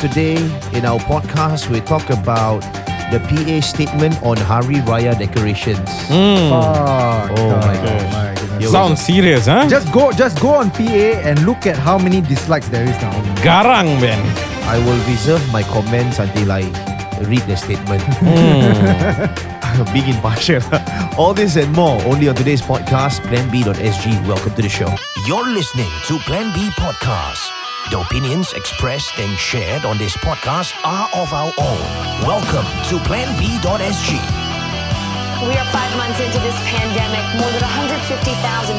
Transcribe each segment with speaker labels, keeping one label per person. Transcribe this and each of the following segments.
Speaker 1: today in our podcast, we talk about the PA statement on Hari Raya decorations.
Speaker 2: Fuck.
Speaker 1: Oh my
Speaker 2: God.
Speaker 1: gosh.
Speaker 2: My goodness.
Speaker 1: Yo.
Speaker 3: Sounds serious, huh?
Speaker 2: Just go, just go on PA and look at how many dislikes there is now.
Speaker 3: garang, man.
Speaker 1: I will reserve my comments until I read the statement. Being impartial. All this and more only on today's podcast, planb.sg. Welcome to the show.
Speaker 4: You're listening to Plan B Podcast. The opinions expressed and shared on this podcast are of our own. Welcome to planb.sg.
Speaker 5: We are five months into this pandemic. More than 150,000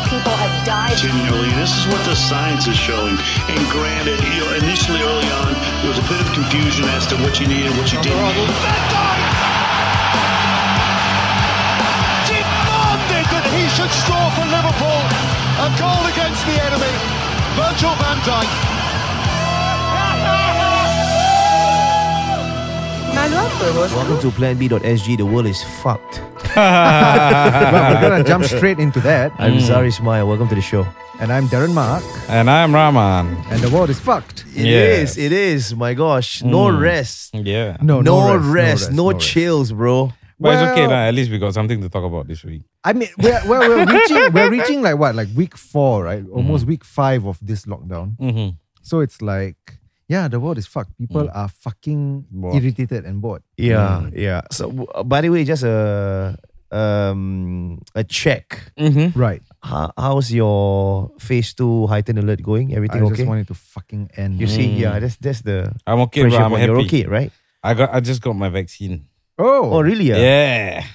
Speaker 5: people have died.
Speaker 6: continually. This is what the science is showing. And granted, you know, initially early on, there was a bit of confusion as to what you needed, what you didn't.
Speaker 7: did not think that he should score for Liverpool. A goal against the enemy. Virgil van Dijk.
Speaker 1: Welcome to planb.sg. The world is fucked.
Speaker 2: But we're gonna jump straight into that.
Speaker 1: I'm sorry, Smile. Welcome to the show.
Speaker 2: And I'm Darren Mark,
Speaker 3: And I'm Raman.
Speaker 2: and the world is fucked.
Speaker 1: It is.
Speaker 3: Yes.
Speaker 1: It is. My gosh. No rest.
Speaker 3: Yeah.
Speaker 2: No,
Speaker 1: no,
Speaker 2: no
Speaker 1: rest, No, chills, bro.
Speaker 3: But it's okay,
Speaker 2: Well-
Speaker 3: lah. at least we got something to talk about this week.
Speaker 2: I mean, we're, we're, we're reaching we're reaching like what, like week four, right?
Speaker 1: Mm-hmm.
Speaker 2: Almost week five of this lockdown.
Speaker 3: Mm-hmm.
Speaker 2: So it's like, yeah, the world is fucked. People
Speaker 1: Mm.
Speaker 2: are fucking
Speaker 3: Bored.
Speaker 2: irritated and bored.
Speaker 1: Yeah, Mm. yeah. So, w- uh, by the way, just a um a check.
Speaker 3: Mm-hmm.
Speaker 2: Right.
Speaker 1: How, how's your phase two heightened alert going?
Speaker 2: I
Speaker 1: Everything
Speaker 2: just
Speaker 1: okay?
Speaker 2: wanted to fucking end.
Speaker 1: you see, yeah, that's that's the
Speaker 3: I'm okay, bro.
Speaker 1: pressure
Speaker 3: I'm
Speaker 1: point.
Speaker 3: happy.
Speaker 1: You're okay, right?
Speaker 3: I got. I just got my vaccine.
Speaker 2: Oh,
Speaker 1: Oh, really?
Speaker 3: Yeah.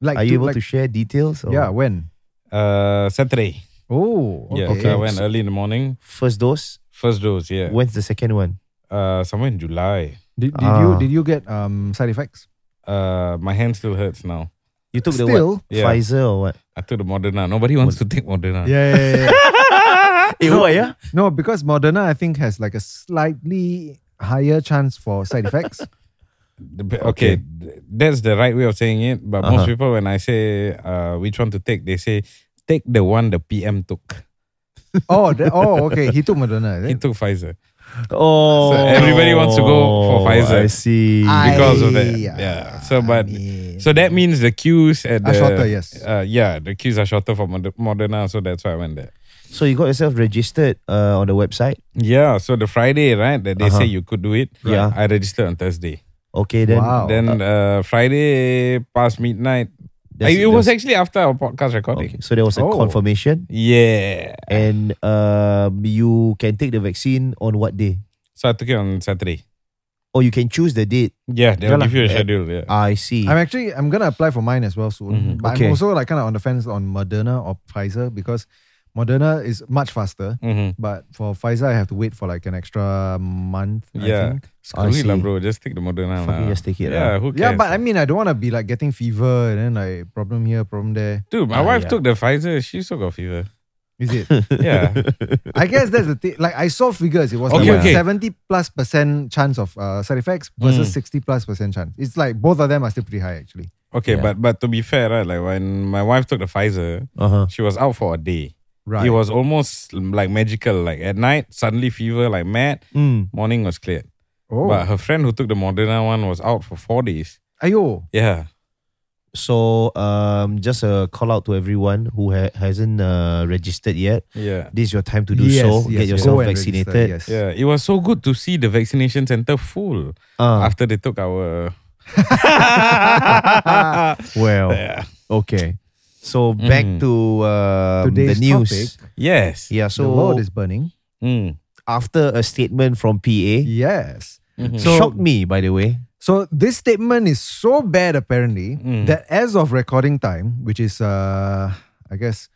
Speaker 2: Like
Speaker 1: Are you able
Speaker 2: like-
Speaker 1: to share details? or-
Speaker 2: Yeah, when?
Speaker 3: Uh, Saturday.
Speaker 2: Oh, okay.
Speaker 3: Yeah. So I went early in the morning.
Speaker 1: First dose.
Speaker 3: First dose. Yeah.
Speaker 1: When's the second one?
Speaker 3: Uh, somewhere in July.
Speaker 2: Did, did
Speaker 1: Ah.
Speaker 2: you did you get um side effects?
Speaker 3: Uh, my hand still hurts now.
Speaker 1: You took the
Speaker 2: Still?
Speaker 1: what?
Speaker 3: Yeah.
Speaker 1: Pfizer or what?
Speaker 3: I took the Moderna. Nobody wants to take Moderna.
Speaker 2: Yeah, yeah, yeah, yeah.
Speaker 1: Eh, what, yeah?
Speaker 2: no, because Moderna I think has like a slightly higher chance for side effects.
Speaker 3: The- Okay. th- that's the right way of saying it. But most
Speaker 2: Uh-huh.
Speaker 3: people, when I say uh, which one to take, they say take the one the PM took.
Speaker 2: oh, the, oh, okay. He took Moderna.
Speaker 3: He
Speaker 2: Is it?
Speaker 3: took Pfizer.
Speaker 1: Oh,
Speaker 3: everybody wants to go for Pfizer.
Speaker 1: I see.
Speaker 3: because of that.
Speaker 2: Aiyah,
Speaker 3: Yeah. So, but
Speaker 2: mean.
Speaker 3: so that means the queues at
Speaker 2: Are
Speaker 3: the
Speaker 2: shorter, yes.
Speaker 3: Uh, yeah, the queues are shorter for Moder- Moderna, so that's why I went there.
Speaker 1: So you got yourself registered uh, on the website.
Speaker 3: Yeah. So the Friday, right, that they say you could do it.
Speaker 1: Uh-huh. Yeah.
Speaker 3: I registered on Thursday.
Speaker 1: Okay, then.
Speaker 2: Wow. Oh.
Speaker 3: Then uh, Friday past midnight.
Speaker 1: That's-
Speaker 3: I- it was
Speaker 1: that's-
Speaker 3: actually after our podcast recording.
Speaker 1: Okay, so there was a
Speaker 2: Oh.
Speaker 1: confirmation,
Speaker 3: Yeah.
Speaker 1: and um, you can take the vaccine on what day?
Speaker 3: So I took it on Saturday.
Speaker 1: Or you can choose the date.
Speaker 3: Yeah, they'll
Speaker 1: Yeah Ah.
Speaker 3: give you a
Speaker 1: lah.
Speaker 3: schedule. Yeah.
Speaker 1: I see.
Speaker 2: I'm actually I'm gonna apply for mine as well soon.
Speaker 3: Mm-hmm.
Speaker 2: But
Speaker 1: Okay.
Speaker 2: I'm also like kind of on the fence on Moderna or Pfizer because Moderna is much faster.
Speaker 3: Mhm.
Speaker 2: But for Pfizer, I have to wait for like an extra month. I
Speaker 3: Yeah.
Speaker 2: think.
Speaker 3: Screw
Speaker 1: I
Speaker 3: it lah,
Speaker 1: see.
Speaker 3: bro. Just take the Moderna.
Speaker 1: Fucking
Speaker 3: lah.
Speaker 1: just take it
Speaker 3: Yeah,
Speaker 1: lah.
Speaker 3: who cares? eh?
Speaker 2: Yeah, but I mean, I don't want to be like getting fever and then like problem here, problem there.
Speaker 3: Dude, my
Speaker 1: Ah,
Speaker 3: wife
Speaker 1: yeah.
Speaker 3: took the Pfizer. She still got fever.
Speaker 2: Is it?
Speaker 3: Yeah.
Speaker 2: I guess that's the thing. Like I saw figures. It was
Speaker 3: Okay,
Speaker 2: like what,
Speaker 3: okay.
Speaker 2: 70
Speaker 3: Mm.
Speaker 2: plus percent chance of uh, side effects versus 60 plus percent chance. It's like both of them are still pretty high actually.
Speaker 3: Okay,
Speaker 1: Yeah.
Speaker 3: but but to be fair, right? Like when my wife took the Pfizer,
Speaker 1: Uh-huh.
Speaker 3: she was out for a day.
Speaker 2: Right.
Speaker 3: It was almost like magical. Like at night, suddenly fever like mad.
Speaker 1: Mm.
Speaker 3: Morning was cleared.
Speaker 2: oh,
Speaker 3: But her friend who took the Moderna one was out for four days.
Speaker 2: ayo.
Speaker 3: Yeah.
Speaker 1: So um, just a call out to everyone who ha- hasn't uh, registered yet.
Speaker 3: Yeah.
Speaker 1: This is your time to do
Speaker 2: Yes,
Speaker 1: so. Get
Speaker 2: yes, go
Speaker 1: yourself
Speaker 2: and register,
Speaker 1: vaccinated.
Speaker 2: yes.
Speaker 3: Yeah. It was so good to see the vaccination center full
Speaker 1: Ah,
Speaker 3: after they took our
Speaker 1: well,
Speaker 3: Yeah.
Speaker 1: okay. So back
Speaker 3: Mm.
Speaker 1: to um, the
Speaker 2: Today's
Speaker 1: news.
Speaker 2: topic,
Speaker 3: Yes.
Speaker 1: Yeah.
Speaker 2: the
Speaker 1: So
Speaker 2: world is burning.
Speaker 3: Mm.
Speaker 1: after a statement from PA,
Speaker 2: Yes.
Speaker 1: shocked me by the way.
Speaker 2: So this statement is so bad apparently
Speaker 3: Mm.
Speaker 2: that as of recording time, which is uh I guess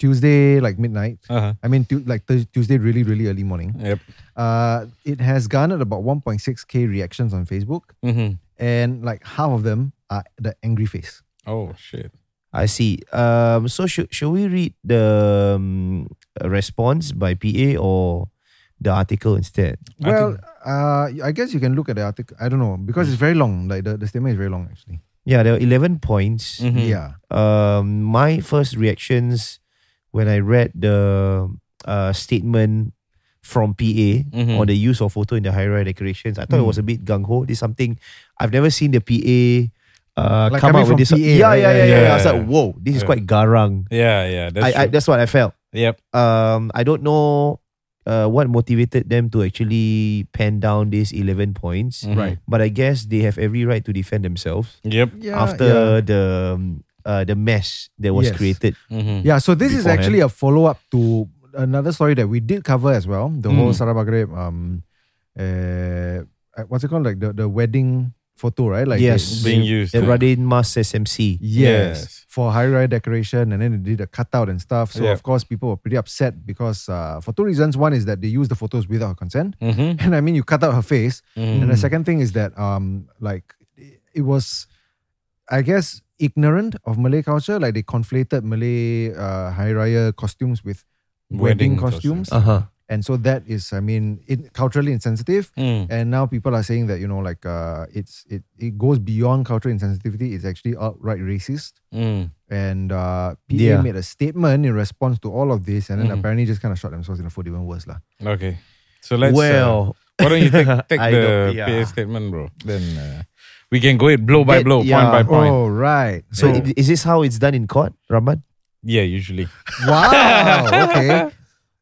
Speaker 2: Tuesday like midnight.
Speaker 3: Uh-huh.
Speaker 2: I mean tu- like Thurs- Tuesday really really early morning.
Speaker 3: Yep.
Speaker 2: Uh it has garnered about 1.6k reactions on Facebook.
Speaker 3: hmm
Speaker 2: and like half of them are the angry face.
Speaker 3: Oh shit.
Speaker 1: I see. Um, so should should we read the um, response by PA or the article instead?
Speaker 3: I
Speaker 2: Well, uh, I guess you can look at the article. I don't know because it's very long. Like the, the statement is very long actually.
Speaker 1: Yeah, there were eleven points.
Speaker 3: Mhm.
Speaker 2: Yeah.
Speaker 1: Um, my first reactions when I read the uh, statement from PA
Speaker 3: Mm-hmm.
Speaker 1: on the use of photo in the high decorations. I thought
Speaker 3: Mm.
Speaker 1: it was a bit gung ho. This is something I've never seen the PA. Uh,
Speaker 2: Like
Speaker 1: come
Speaker 2: coming
Speaker 1: out with
Speaker 2: from
Speaker 1: this.
Speaker 2: PA,
Speaker 1: yeah, yeah,
Speaker 2: right?
Speaker 1: yeah, yeah,
Speaker 3: Yeah,
Speaker 1: I was
Speaker 3: yeah,
Speaker 1: like,
Speaker 3: yeah.
Speaker 1: whoa, this is
Speaker 3: Yeah.
Speaker 1: quite garang.
Speaker 3: Yeah, yeah. That's
Speaker 1: I, I,
Speaker 3: true.
Speaker 1: that's what I felt.
Speaker 3: yep.
Speaker 1: Um, I don't know uh, what motivated them to actually pen down these 11 points.
Speaker 3: Right.
Speaker 1: But I guess they have every right to defend themselves
Speaker 3: Mm-hmm. Yep.
Speaker 2: Yeah,
Speaker 1: after
Speaker 2: yeah.
Speaker 1: the um, uh, the mess that was
Speaker 2: Yes.
Speaker 1: created.
Speaker 3: Mm-hmm.
Speaker 2: Yeah, so this is
Speaker 1: beforehand.
Speaker 2: actually a follow up to another story that we did cover as well. The whole Sarah Bagreb, um, uh, what's it called? Like the, the wedding photo, right? Like
Speaker 1: Yes.
Speaker 2: they-
Speaker 3: Being used.
Speaker 1: The
Speaker 3: to-
Speaker 1: Radin Mas SMC.
Speaker 2: yes,
Speaker 3: Yes.
Speaker 2: for high rise decoration, and then they did a cutout and stuff. So
Speaker 3: Yeah.
Speaker 2: of course, people were pretty upset because uh, for two reasons. One is that they used the photos without her consent,
Speaker 3: Mhm.
Speaker 2: and I mean, you cut out her face.
Speaker 3: Mhm.
Speaker 2: And the second thing is that um, like it- it was, I guess, ignorant of Malay culture. Like they conflated Malay uh, Hari Raya costumes with wedding,
Speaker 3: Wedding
Speaker 2: costumes.
Speaker 3: costumes.
Speaker 1: huh.
Speaker 2: And so that is, I mean, it, culturally insensitive.
Speaker 3: Mm.
Speaker 2: And now people are saying that you know, like uh, it's it it goes beyond cultural insensitivity. It's actually outright racist.
Speaker 3: Mm.
Speaker 2: And uh, PA
Speaker 1: Yeah.
Speaker 2: made a statement in response to all of this, and then
Speaker 3: Mm.
Speaker 2: apparently just kind of shot themselves in the foot even worse, lah.
Speaker 3: Okay. So let's. uh,
Speaker 1: well,
Speaker 3: why don't you take, take
Speaker 1: I
Speaker 3: the
Speaker 1: don't- yeah.
Speaker 3: PA statement, bro? Then uh, we can go it blow
Speaker 1: That-
Speaker 3: by blow, point
Speaker 1: yeah.
Speaker 3: by point.
Speaker 2: Oh right.
Speaker 1: so
Speaker 2: So
Speaker 1: i- is this how it's done in court, Rahman?
Speaker 3: Yeah, usually.
Speaker 2: wow. Okay.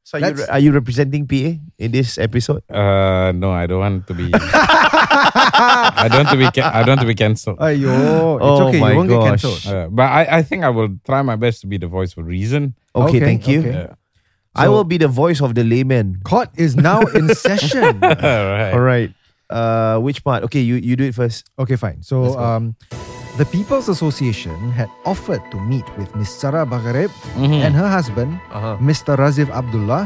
Speaker 1: So are you,
Speaker 2: That's-
Speaker 1: are you representing PA in this episode?
Speaker 3: Uh, no, I don't want to be. I don't want to be. Ca- I don't want to be cancelled.
Speaker 2: Ayo, it's
Speaker 1: Oh
Speaker 2: okay.
Speaker 1: my
Speaker 2: you won't
Speaker 1: gosh.
Speaker 2: get cancelled.
Speaker 3: Uh, but I, I think I will try my best to be the voice for reason.
Speaker 1: Okay,
Speaker 2: Okay,
Speaker 1: thank you.
Speaker 2: okay.
Speaker 3: Yeah.
Speaker 1: I
Speaker 2: So-
Speaker 1: will be the voice of the layman.
Speaker 2: Court is now in session.
Speaker 3: All right.
Speaker 1: All right. Uh, which part? Okay, you, you do it first.
Speaker 2: Okay, fine.
Speaker 1: Let's
Speaker 2: So,
Speaker 1: go.
Speaker 2: um, the People's Association had offered to meet with Miss Sarah Baghareb
Speaker 1: Mm-hmm.
Speaker 2: and her husband,
Speaker 1: Uh-huh.
Speaker 2: Mr. Razif Abdullah,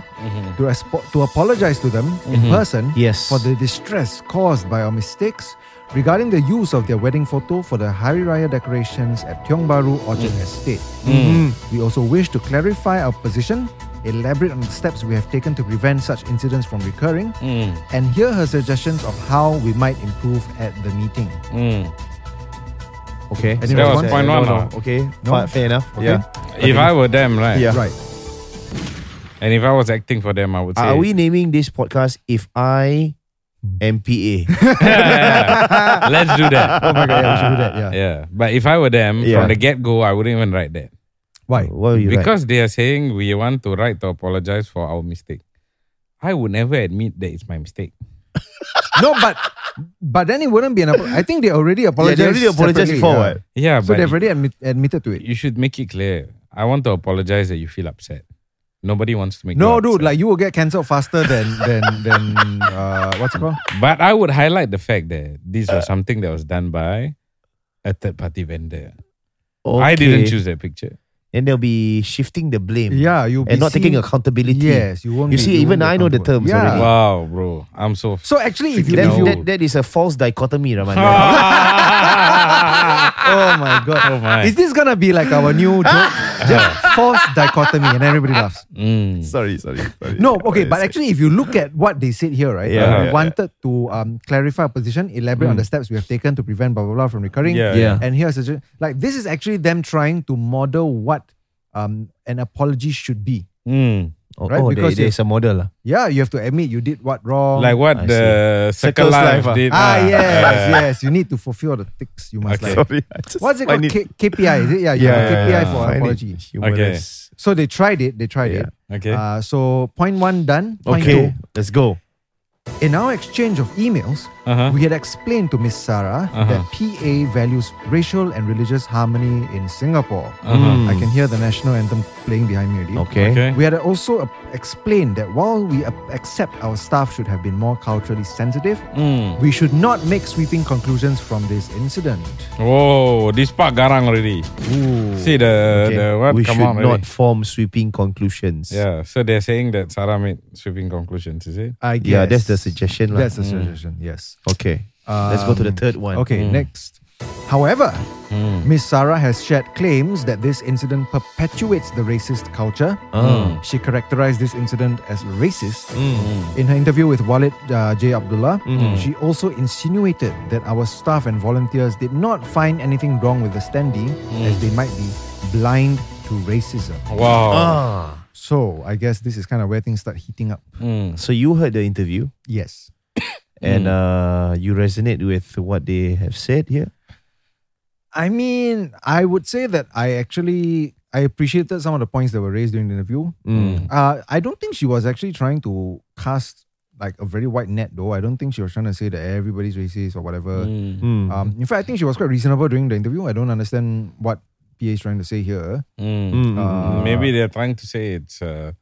Speaker 2: to, aspo- to apologize to them in person
Speaker 1: Mm-hmm. Yes.
Speaker 2: for the distress caused by our mistakes regarding the use of their wedding photo for the Hari Raya decorations at Tiong Bahru Orchard
Speaker 1: Mm.
Speaker 2: Estate.
Speaker 1: Mm-hmm.
Speaker 2: We also wish to clarify our position, elaborate on the steps we have taken to prevent such incidents from recurring,
Speaker 1: Mm.
Speaker 2: and hear her suggestions of how we might improve at the meeting.
Speaker 3: Mm.
Speaker 1: Okay.
Speaker 2: That was
Speaker 3: point
Speaker 1: No,
Speaker 3: one,
Speaker 1: no.
Speaker 3: ah.
Speaker 1: Okay.
Speaker 2: No?
Speaker 1: Fa- Fair enough.
Speaker 2: Okay.
Speaker 1: Yeah.
Speaker 3: If I were them, right?
Speaker 1: Yeah.
Speaker 2: Right.
Speaker 3: And if I was acting for them, I would say.
Speaker 1: Are we naming this podcast if I
Speaker 2: Hmm.
Speaker 1: am PA?
Speaker 3: Let's do that.
Speaker 2: Oh my god, yeah, we should do that. Yeah.
Speaker 3: Yeah. But if I were them,
Speaker 1: Yeah.
Speaker 3: from the get go, I wouldn't even write that.
Speaker 2: Why?
Speaker 1: What you write?
Speaker 3: because they are saying we want to write to apologize for our mistake. I would never admit that it's my mistake.
Speaker 2: No, but but then it wouldn't be an. Apo- I think they already
Speaker 1: Yeah,
Speaker 2: apologized.
Speaker 1: they already apologized before.
Speaker 2: separately,
Speaker 1: what?
Speaker 2: yeah.
Speaker 3: Yeah,
Speaker 2: So
Speaker 3: but
Speaker 2: they've already admit, admitted to it.
Speaker 3: you should make it clear. I want to apologize that you feel upset. Nobody wants to make
Speaker 2: No,
Speaker 3: you
Speaker 2: dude,
Speaker 3: upset.
Speaker 2: like you will get cancelled faster than than than uh, what's it called?
Speaker 3: But I would highlight the fact that this
Speaker 2: Uh.
Speaker 3: was something that was done by a third party vendor. I didn't
Speaker 1: Okay.
Speaker 3: choose that picture.
Speaker 1: Then they'll be shifting the blame.
Speaker 2: Yeah, you'll be
Speaker 1: and not taking
Speaker 2: seen-
Speaker 1: accountability.
Speaker 2: Yes, you won't.
Speaker 1: You
Speaker 2: be-
Speaker 1: see, even
Speaker 2: won't
Speaker 1: I
Speaker 2: be
Speaker 1: know the
Speaker 2: accountable.
Speaker 1: terms
Speaker 2: yeah.
Speaker 1: already.
Speaker 3: Wow, bro. I'm
Speaker 2: Uh.
Speaker 3: so
Speaker 2: So actually, if you,
Speaker 1: That,
Speaker 2: if you
Speaker 1: that, that is a false dichotomy, Raman.
Speaker 2: oh my god,
Speaker 3: Oh my.
Speaker 2: is this gonna be like our new joke? Just false dichotomy, and everybody laughs.
Speaker 3: Mm.
Speaker 1: sorry, sorry, sorry.
Speaker 2: No, okay, but actually, if you look at what they said here, right?
Speaker 1: Yeah. Yeah.
Speaker 2: we wanted to um, clarify our position, elaborate on the steps we have taken to prevent blah blah blah from recurring.
Speaker 3: Yeah.
Speaker 1: Yeah.
Speaker 2: And here's a, like this is actually them trying to model what um, an apology should be.
Speaker 3: Mm.
Speaker 1: Oh,
Speaker 2: Right,
Speaker 1: oh,
Speaker 2: because
Speaker 1: there, there's a model. lah.
Speaker 2: Yeah, you have to admit you did what wrong.
Speaker 3: Like what
Speaker 1: I
Speaker 3: the Circle
Speaker 1: Circle's
Speaker 3: Life
Speaker 1: Life, ah.
Speaker 3: did. Uh,
Speaker 2: ah
Speaker 3: lah.
Speaker 2: yes,
Speaker 3: Yeah.
Speaker 2: yes, you need to fulfill the ticks. You must
Speaker 3: Okay.
Speaker 2: like.
Speaker 1: Sorry, I just
Speaker 2: What's it
Speaker 1: find
Speaker 2: called? K- KPI is it? Yeah, you
Speaker 1: Yeah,
Speaker 2: have a
Speaker 3: yeah,
Speaker 2: KPI
Speaker 3: yeah.
Speaker 2: for
Speaker 1: find it
Speaker 2: apology.
Speaker 1: Ah, humorous.
Speaker 2: So they tried it. They tried it.
Speaker 3: Okay.
Speaker 2: Uh, so point one done. Point
Speaker 1: Okay,
Speaker 2: two.
Speaker 1: let's go.
Speaker 2: In our exchange of emails,
Speaker 3: Uh-huh.
Speaker 2: we had explained to Miss Sarah that PA values racial and religious harmony in Singapore. I can hear the national anthem playing behind me already.
Speaker 1: Okay.
Speaker 3: Uh-huh. Okay.
Speaker 2: We had also uh, explained that while we uh, accept our staff should have been more culturally sensitive,
Speaker 3: Mm.
Speaker 2: we should not make sweeping conclusions from this incident.
Speaker 3: Whoa, this part garang already. See the
Speaker 1: Okay.
Speaker 3: the what
Speaker 1: we should
Speaker 3: come out
Speaker 1: not
Speaker 3: already.
Speaker 1: form sweeping conclusions.
Speaker 3: Yeah, so they're saying that Sarah made sweeping conclusions, is it?
Speaker 2: I
Speaker 1: yeah, that's
Speaker 2: guess.
Speaker 1: the suggestion. lah.
Speaker 2: That's
Speaker 3: Mm.
Speaker 2: the suggestion, yes.
Speaker 1: okay. let's go to the third one. Hmm.
Speaker 2: Um, Okay, next. However, Miss Sarah has shared claims that this incident perpetuates the racist culture. She characterized this incident as racist. In her interview with Walid uh, J. Abdullah, she also insinuated that our staff and volunteers did not find anything wrong with the standee as they might be blind to racism.
Speaker 3: Wow.
Speaker 1: Ah,
Speaker 2: So I guess this is kind of where things start heating up.
Speaker 1: So you heard the interview
Speaker 2: Yes.
Speaker 1: and uh, you resonate with what they have said here.
Speaker 2: I mean, I would say that I actually I appreciated some of the points that were raised during the interview.
Speaker 1: Mm.
Speaker 2: Uh, I don't think she was actually trying to cast like a very wide net, though. I don't think she was trying to say that everybody's racist or whatever.
Speaker 1: Mm.
Speaker 2: Um, in fact, I think she was quite reasonable during the interview. I don't understand what PA is trying to say here.
Speaker 1: Mm, mm,
Speaker 2: Uh,
Speaker 3: Maybe they're trying to say it's uh,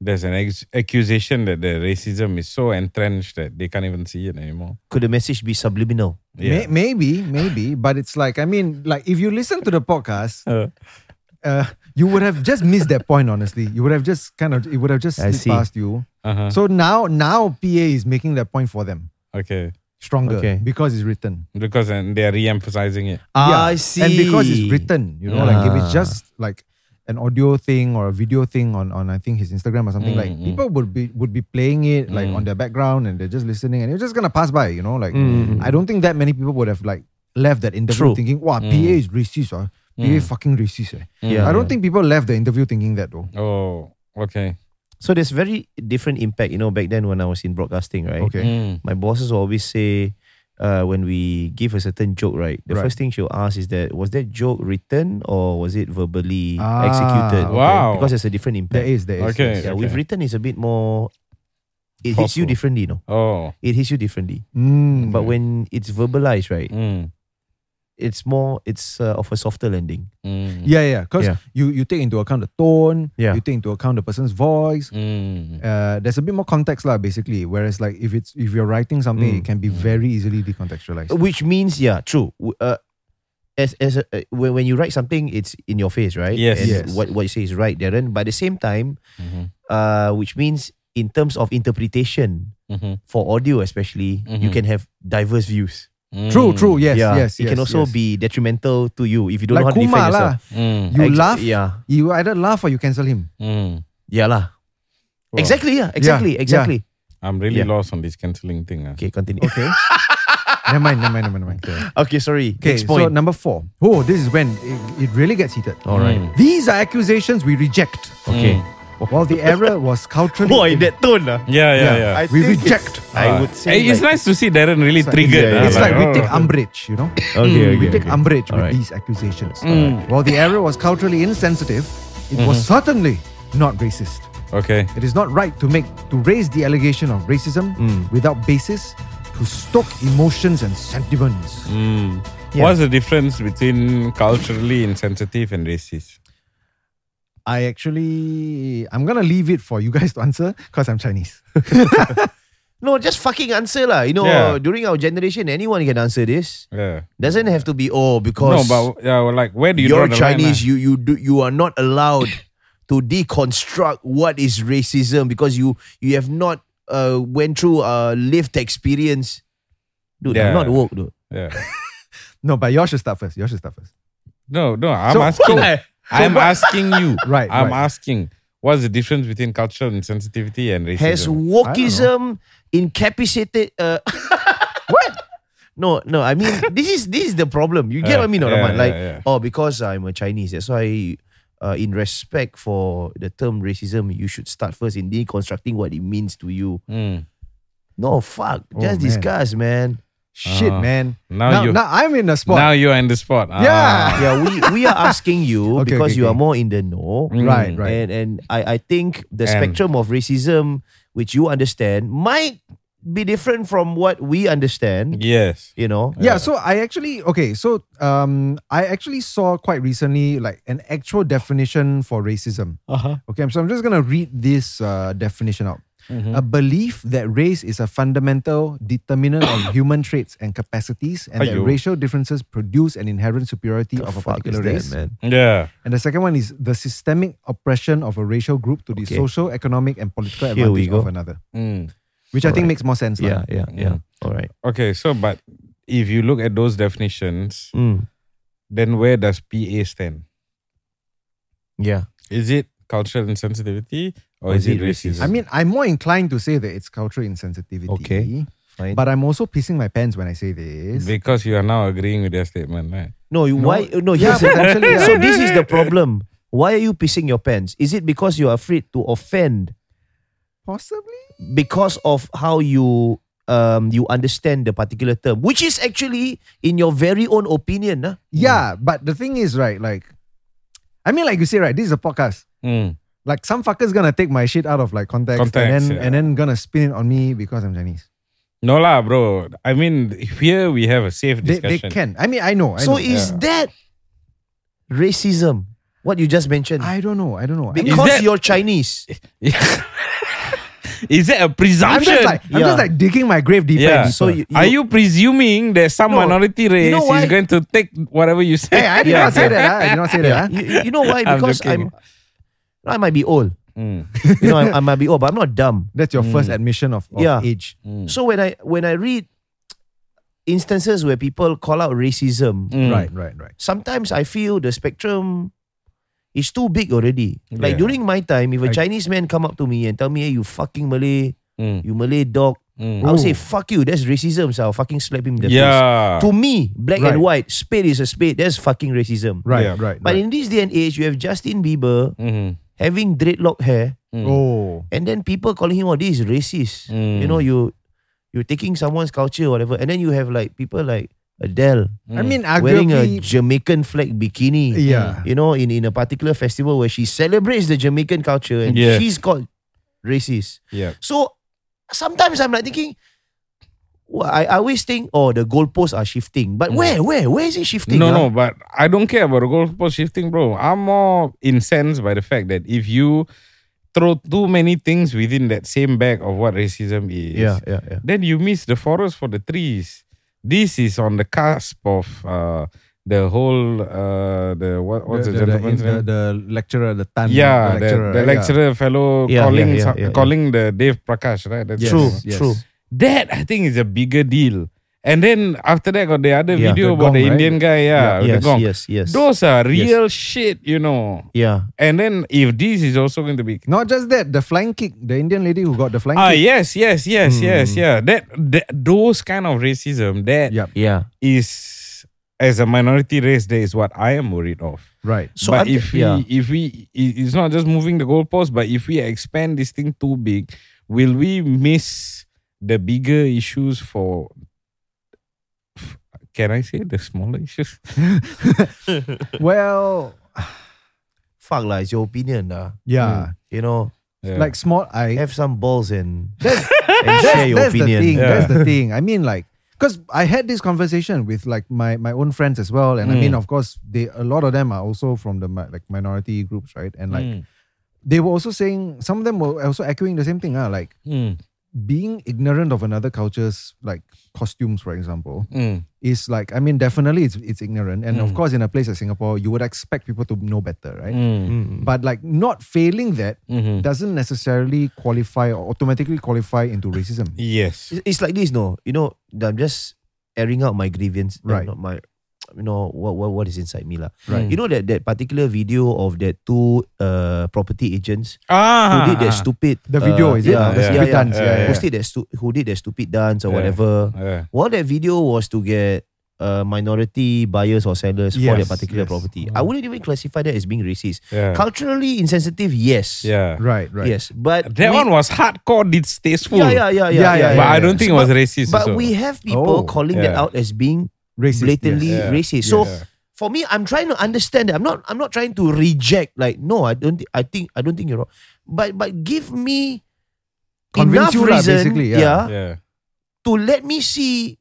Speaker 3: there's an ex- accusation that the racism is so entrenched that they can't even see it anymore.
Speaker 1: Could the message be subliminal?
Speaker 3: Yeah.
Speaker 2: May- maybe, maybe, but it's like I mean, like if you listen to the podcast,
Speaker 3: Uh.
Speaker 2: uh, you would have just missed that point. Honestly, you would have just kind of it would have just
Speaker 1: I
Speaker 2: slipped
Speaker 1: see.
Speaker 2: past you.
Speaker 3: Uh-huh.
Speaker 2: So now, now PA is making that point for them
Speaker 3: Okay.
Speaker 2: stronger
Speaker 1: Okay.
Speaker 2: because it's written.
Speaker 3: Because and they're re-emphasizing it.
Speaker 2: Ah,
Speaker 1: I
Speaker 2: And because
Speaker 1: see. Ah.
Speaker 2: it's written, you know, like if it's just like an audio thing or a video thing on, on I think his Instagram or something, like
Speaker 1: Mm-hmm.
Speaker 2: people would be would be playing it like
Speaker 1: Mm.
Speaker 2: on their background and they're just listening and you're just gonna pass by, you know. Like I don't think that many people would have like left that interview
Speaker 1: Mm-hmm. True. Mm.
Speaker 2: thinking, wow, PA is racist or PA fucking racist. eh."
Speaker 1: Yeah.
Speaker 2: I don't think people left the interview thinking that though.
Speaker 3: Oh, okay.
Speaker 1: So there's very different impact, you know, back then when I was in broadcasting, right?
Speaker 3: Hmm.
Speaker 2: Okay.
Speaker 3: Mm.
Speaker 1: My bosses will always say, uh, when we give a certain joke, right? The
Speaker 2: Right.
Speaker 1: first thing she'll ask is that was that joke written or was it verbally
Speaker 2: Ah,
Speaker 1: executed?
Speaker 2: okay.
Speaker 3: Wow.
Speaker 1: Because there's a different
Speaker 2: There
Speaker 1: impact.
Speaker 2: is, there is.
Speaker 1: Yeah,
Speaker 3: Okay.
Speaker 1: with written is a bit more. It hits you
Speaker 3: Forceful.
Speaker 1: differently, you know.
Speaker 3: Oh.
Speaker 1: It hits you differently.
Speaker 2: Mm.
Speaker 1: But when it's verbalized, right?
Speaker 3: Mm.
Speaker 1: It's more. It's uh, of a softer landing.
Speaker 3: Mm.
Speaker 2: yeah, yeah, because
Speaker 1: Yeah.
Speaker 2: you you take into account the tone,
Speaker 1: Yeah.
Speaker 2: you take into account the person's voice,
Speaker 3: Mm.
Speaker 2: uh, there's a bit more context lah, basically. Whereas like if it's if you're writing something,
Speaker 1: Mm.
Speaker 2: it can be very easily decontextualized.
Speaker 1: Which means, yeah, true. W- Uh, as as a, uh, when, when you write something, it's in your face, right?
Speaker 3: Yes.
Speaker 1: And
Speaker 2: Yes.
Speaker 1: What what you say is right, Darren. But at the same time, uh, which means in terms of interpretation
Speaker 3: Mhm.
Speaker 1: for audio, especially, you can have diverse views.
Speaker 3: Mm.
Speaker 2: True, true, yes, yes,
Speaker 1: It
Speaker 2: yes,
Speaker 1: can also
Speaker 2: yes.
Speaker 1: be detrimental to you if you don't
Speaker 2: like
Speaker 1: know how to defend
Speaker 2: Kumar lah.
Speaker 1: yourself.
Speaker 3: Mm.
Speaker 2: You
Speaker 1: Ex-
Speaker 2: laugh,
Speaker 1: yeah.
Speaker 2: You either laugh or you cancel him.
Speaker 3: Mm.
Speaker 1: Yeah lah.
Speaker 3: Wow.
Speaker 1: Exactly. Yeah. Exactly.
Speaker 2: yeah.
Speaker 1: Exactly.
Speaker 3: I'm really
Speaker 1: Yeah.
Speaker 3: lost on this cancelling thing. ah.
Speaker 1: Okay. Continue. Okay.
Speaker 2: never mind, never mind, never mind, never mind.
Speaker 1: okay. Sorry.
Speaker 2: Okay,
Speaker 1: Next
Speaker 2: so
Speaker 1: point.
Speaker 2: number four. Oh, this is when it, it really gets heated.
Speaker 1: All right.
Speaker 2: These are accusations we reject.
Speaker 1: Okay.
Speaker 2: While the error was culturally.
Speaker 1: Mm. Boy, that tone lah.
Speaker 3: Yeah, yeah, yeah.
Speaker 1: I
Speaker 2: we
Speaker 1: think it's-
Speaker 2: reject.
Speaker 1: I
Speaker 3: Ah.
Speaker 1: would say
Speaker 3: Eh, it's
Speaker 1: like-
Speaker 3: nice to see Darren really
Speaker 2: like-
Speaker 3: triggered.
Speaker 1: yeah,
Speaker 3: ah,
Speaker 1: yeah.
Speaker 2: It's like we take
Speaker 3: oh.
Speaker 2: umbrage, you know?
Speaker 1: Okay,
Speaker 2: we
Speaker 1: okay,
Speaker 2: take
Speaker 1: okay.
Speaker 2: umbrage with
Speaker 1: Alright.
Speaker 2: these accusations. While the error was culturally insensitive, it was certainly not racist.
Speaker 3: Okay.
Speaker 2: It is not right to make to raise the allegation of racism
Speaker 1: Mm.
Speaker 2: without basis to stoke emotions and sentiments.
Speaker 1: Mm. Yeah.
Speaker 3: What's the difference between culturally insensitive and racist?
Speaker 2: I actually I'm gonna leave it for you guys to answer because I'm Chinese.
Speaker 1: No, just fucking answer lah. You know,
Speaker 3: Yeah.
Speaker 1: during our generation, anyone can answer this.
Speaker 3: Yeah.
Speaker 1: Doesn't have to be oh
Speaker 3: No,
Speaker 1: because
Speaker 3: but yeah, well, like where do you
Speaker 1: you are
Speaker 3: draw the line,
Speaker 1: Chinese.
Speaker 3: ah?
Speaker 1: you you do, you are not allowed to deconstruct what is racism because you you have not uh went through a lived experience. Dude, I'm
Speaker 3: Yeah.
Speaker 1: not woke, dude.
Speaker 3: yeah.
Speaker 2: No, but you should start first. You should start first.
Speaker 3: No, no. I'm
Speaker 2: So-
Speaker 3: asking.
Speaker 1: Why?
Speaker 3: I'm asking you.
Speaker 2: Right,
Speaker 3: I'm
Speaker 2: right.
Speaker 3: asking. What's the difference between cultural insensitivity and racism?
Speaker 1: Has wokeism incapacitated? Uh, what? No, no. I mean, this is this is the problem. You get
Speaker 3: Yeah,
Speaker 1: what I mean, or
Speaker 3: yeah,
Speaker 1: not?
Speaker 3: yeah,
Speaker 1: Like,
Speaker 3: yeah.
Speaker 1: oh, because I'm a Chinese, that's why. Uh, in respect for the term racism, you should start first in deconstructing what it means to you.
Speaker 3: Mm.
Speaker 1: No fuck,
Speaker 3: Oh,
Speaker 1: just
Speaker 2: man.
Speaker 1: discuss, man.
Speaker 2: Shit,
Speaker 1: Ah.
Speaker 2: man.
Speaker 3: now you-
Speaker 2: now I'm in a spot.
Speaker 3: Now you're in the spot. Ah,
Speaker 2: yeah.
Speaker 1: yeah, we, we are asking you
Speaker 2: Okay,
Speaker 1: because
Speaker 2: okay,
Speaker 1: you
Speaker 2: okay. Mm.
Speaker 1: are more in the know.
Speaker 2: Right,
Speaker 1: And
Speaker 2: right.
Speaker 1: and I, I think the
Speaker 3: And-
Speaker 1: spectrum of racism which you understand might be different from what we understand.
Speaker 3: Yes.
Speaker 1: You know?
Speaker 2: yeah, so I actually okay, so um I actually saw quite recently like an actual definition for racism.
Speaker 3: Uh-huh.
Speaker 2: Okay, so I'm just gonna read this uh, definition out.
Speaker 1: Mm-hmm.
Speaker 2: A belief that race is a fundamental determinant of human traits and capacities, and that
Speaker 3: Aiyo.
Speaker 2: racial differences produce an inherent superiority
Speaker 1: The
Speaker 2: of a
Speaker 1: fuck is that,
Speaker 2: particular race.
Speaker 1: man?
Speaker 3: Yeah.
Speaker 2: And the second one is the systemic oppression of a racial group to the
Speaker 1: Okay.
Speaker 2: social, economic, and political
Speaker 1: Here we
Speaker 2: advantage of
Speaker 1: go.
Speaker 2: another,
Speaker 3: Mm.
Speaker 2: which I think makes more sense.
Speaker 1: Yeah,
Speaker 2: lah.
Speaker 1: yeah, yeah.
Speaker 2: mm.
Speaker 1: All right.
Speaker 3: Okay. So, but if you look at those definitions,
Speaker 1: Mm.
Speaker 3: then where does PA stand?
Speaker 1: Yeah.
Speaker 3: Is it cultural insensitivity or, is, it racism?
Speaker 2: I mean, I'm more inclined to say that it's cultural insensitivity.
Speaker 1: Okay, fine.
Speaker 2: But I'm also pissing my pants when I say this.
Speaker 3: because you are now agreeing with their statement, right?
Speaker 1: No, you, why? No,
Speaker 2: Yeah,
Speaker 1: here's the-
Speaker 2: potentially, yeah.
Speaker 1: So this is the problem. Why are you pissing your pants? Is it because you're afraid to offend
Speaker 2: Possibly.
Speaker 1: because of how you um you understand the particular term, which is actually in your very own opinion, ah.
Speaker 2: Yeah,
Speaker 3: Mm.
Speaker 2: but the thing is, right? Like, I mean, like you say, right? This is a podcast.
Speaker 3: Mm.
Speaker 2: Like, some fucker's gonna take my shit out of like context,
Speaker 3: Context,
Speaker 2: and then
Speaker 3: yeah.
Speaker 2: and then gonna spin it on me because I'm Chinese.
Speaker 3: No lah, bro. I mean, here we have a safe
Speaker 2: They, they
Speaker 3: discussion.
Speaker 2: can. I mean, I know.
Speaker 1: Mm.
Speaker 2: I
Speaker 1: So
Speaker 2: know.
Speaker 1: is that racism? What you just mentioned?
Speaker 2: I don't know. I don't know.
Speaker 1: because
Speaker 3: that-
Speaker 1: you're Chinese.
Speaker 3: Is that a
Speaker 2: I'm
Speaker 3: presumption?
Speaker 2: just like I'm
Speaker 1: Yeah.
Speaker 2: just like digging my grave deeper.
Speaker 3: yeah.
Speaker 2: And
Speaker 1: So
Speaker 2: so
Speaker 1: you-
Speaker 3: are you presuming that some
Speaker 1: No.
Speaker 3: minority
Speaker 1: You
Speaker 3: race
Speaker 1: know why?
Speaker 3: is going to take whatever you say?
Speaker 2: hey, I did
Speaker 1: Yeah.
Speaker 2: not say that. ah. I did not say that. ah.
Speaker 1: You, you know why?
Speaker 3: I'm
Speaker 1: Because I'm,
Speaker 3: joking.
Speaker 1: i might be old.
Speaker 3: Mm.
Speaker 1: You know, I, I might be old, but I'm not dumb.
Speaker 2: That's your first admission of, of
Speaker 1: Mm. Yeah.
Speaker 2: age.
Speaker 3: Mm.
Speaker 1: So when I when I read instances where people call out racism,
Speaker 3: Mm.
Speaker 2: Right, right, right.
Speaker 1: sometimes I feel the spectrum is too big already. Like
Speaker 3: Yeah.
Speaker 1: during my time, if a
Speaker 2: I-
Speaker 1: Chinese man come up to me and tell me, "Hey, you fucking Malay,
Speaker 3: Mm.
Speaker 1: you Malay dog,"
Speaker 3: Mm.
Speaker 1: I would say, "Fuck you, that's racism." So I'll fucking slap him in the face.
Speaker 3: Yeah.
Speaker 1: To me, black and
Speaker 2: Right.
Speaker 1: white, spade is a spade. That's fucking racism.
Speaker 2: Right,
Speaker 3: Yeah.
Speaker 2: right.
Speaker 1: But
Speaker 2: right.
Speaker 1: in this day and age, you have Justin Bieber
Speaker 3: Mm.
Speaker 1: having dreadlock hair,
Speaker 2: oh.
Speaker 1: and then people calling him, "Oh, this is racist." You
Speaker 2: Mm.
Speaker 1: know, you you're taking someone's culture, or whatever, and then you have like people like Adele
Speaker 2: I mean, arguably,
Speaker 1: Mm. wearing a Jamaican flag bikini.
Speaker 2: Yeah.
Speaker 1: you know, in in a particular festival where she celebrates the Jamaican culture, and
Speaker 3: Yes.
Speaker 1: she's called racist.
Speaker 3: Yeah.
Speaker 1: So sometimes I'm like thinking, well, I, I always think, oh, the goalposts are shifting. But where, where, where is it shifting?
Speaker 3: Mm. No,
Speaker 1: ah?
Speaker 3: no, but I don't care about the goalpost shifting, bro. I'm more incensed by the fact that if you throw too many things within that same bag of what racism is,
Speaker 1: Yeah, yeah, yeah.
Speaker 3: then you miss the forest for the trees. This is on the cusp of uh, the whole uh, the what, what's the,
Speaker 2: the, the,
Speaker 3: gentleman's name?
Speaker 2: the, the lecturer, the Tan. the
Speaker 3: yeah, the,
Speaker 2: lecturer.
Speaker 3: the
Speaker 2: yeah.
Speaker 3: lecturer fellow
Speaker 1: Yeah,
Speaker 3: calling
Speaker 1: yeah, yeah,
Speaker 3: some-
Speaker 1: yeah, yeah.
Speaker 3: calling the Dave Prakash, right? That's
Speaker 2: Yes,
Speaker 1: True,
Speaker 2: yes.
Speaker 1: true.
Speaker 3: that I think is a bigger deal. And then after that got the other
Speaker 1: Yeah.
Speaker 2: The
Speaker 3: video about the
Speaker 2: gong,
Speaker 3: Indian guy, yeah, with
Speaker 1: yes,
Speaker 3: the gong.
Speaker 1: yes, yes.
Speaker 3: Those are real shit, you know.
Speaker 1: yeah.
Speaker 3: And then if this is also going to be
Speaker 2: Not just that, the flying kick, the Indian lady who got the flying
Speaker 3: ah
Speaker 2: kick.
Speaker 3: yes yes yes yes
Speaker 1: Hmm.
Speaker 3: yeah that, that those kind of racism that is
Speaker 2: Yep.
Speaker 1: Yeah.
Speaker 3: as a minority race that is what I am worried of.
Speaker 2: Right.
Speaker 1: So
Speaker 3: but
Speaker 1: I'm-
Speaker 3: if we
Speaker 1: yeah.
Speaker 3: if we i- it's not just moving the goalpost, but if we expand this thing too big, will we miss the bigger issues for? f- Can I say the smaller issues?
Speaker 2: Well,
Speaker 1: Fuck lah, it's your opinion lah. Mm.
Speaker 2: yeah.
Speaker 1: You know,
Speaker 3: Yeah.
Speaker 2: Like small I
Speaker 1: have some balls and,
Speaker 2: that's,
Speaker 1: and share your
Speaker 2: that's
Speaker 1: opinion. Mm.
Speaker 2: the thing.
Speaker 3: Yeah.
Speaker 2: That's the thing. I mean, like, because I had this conversation with like my my own friends as well, and I
Speaker 3: Mm.
Speaker 2: mean, of course, they a lot of them are also from the mi- like minority groups, right? And like,
Speaker 3: Mm.
Speaker 2: they were also saying some of them were also echoing the same thing. Ah, like
Speaker 3: Mm,
Speaker 2: being ignorant of another culture's like costumes, for example,
Speaker 3: mm,
Speaker 2: is like I mean, definitely it's it's ignorant, and of course, in a place like Singapore, you would expect people to know better, right?
Speaker 3: mm,
Speaker 2: But like not failing that
Speaker 3: mhm.
Speaker 2: doesn't necessarily qualify or automatically qualify into racism.
Speaker 3: Yes.
Speaker 1: It's- It's like this, no. You know, I'm just airing out my grievance. uh,
Speaker 2: Right.
Speaker 1: Not my, you know, what, what, what is inside me lah.
Speaker 3: Right.
Speaker 1: You know that, that particular video of that two uh, property agents
Speaker 3: Ah.
Speaker 1: who did that stupid
Speaker 2: The video,
Speaker 1: uh,
Speaker 2: is it?
Speaker 1: Yeah,
Speaker 2: The
Speaker 1: yeah,
Speaker 2: stupid
Speaker 1: yeah,
Speaker 2: dance. Yeah, yeah.
Speaker 1: Who did that stu- who did that stupid dance or
Speaker 3: Yeah.
Speaker 1: whatever.
Speaker 3: Yeah.
Speaker 1: Well, that video was to get uh, minority buyers or sellers for that
Speaker 2: Yes,
Speaker 1: particular
Speaker 2: yes.
Speaker 1: property. I wouldn't even classify that as being racist.
Speaker 3: Yeah.
Speaker 1: Culturally insensitive, yes.
Speaker 3: yeah.
Speaker 2: Right, right.
Speaker 1: Yes. But
Speaker 3: That
Speaker 1: we-
Speaker 3: one was hardcore distasteful.
Speaker 1: Yeah, yeah, yeah, yeah.
Speaker 2: Yeah, yeah,
Speaker 3: But
Speaker 2: yeah,
Speaker 3: I don't think it was racist.
Speaker 1: But
Speaker 3: also.
Speaker 1: we have people
Speaker 2: Oh,
Speaker 1: calling that
Speaker 3: yeah.
Speaker 1: out as being
Speaker 2: Racist.
Speaker 1: blatantly
Speaker 2: yes.
Speaker 3: Yeah.
Speaker 1: racist. So
Speaker 3: Yes.
Speaker 1: for me, I'm trying to understand that. I'm not. I'm not trying to reject. Like, no, I don't. thi- I think. I don't think you're wrong. But but give me enough
Speaker 2: Convince you lah,
Speaker 1: reason,
Speaker 2: basically, yeah.
Speaker 1: yeah,
Speaker 3: Yeah.
Speaker 1: to let me see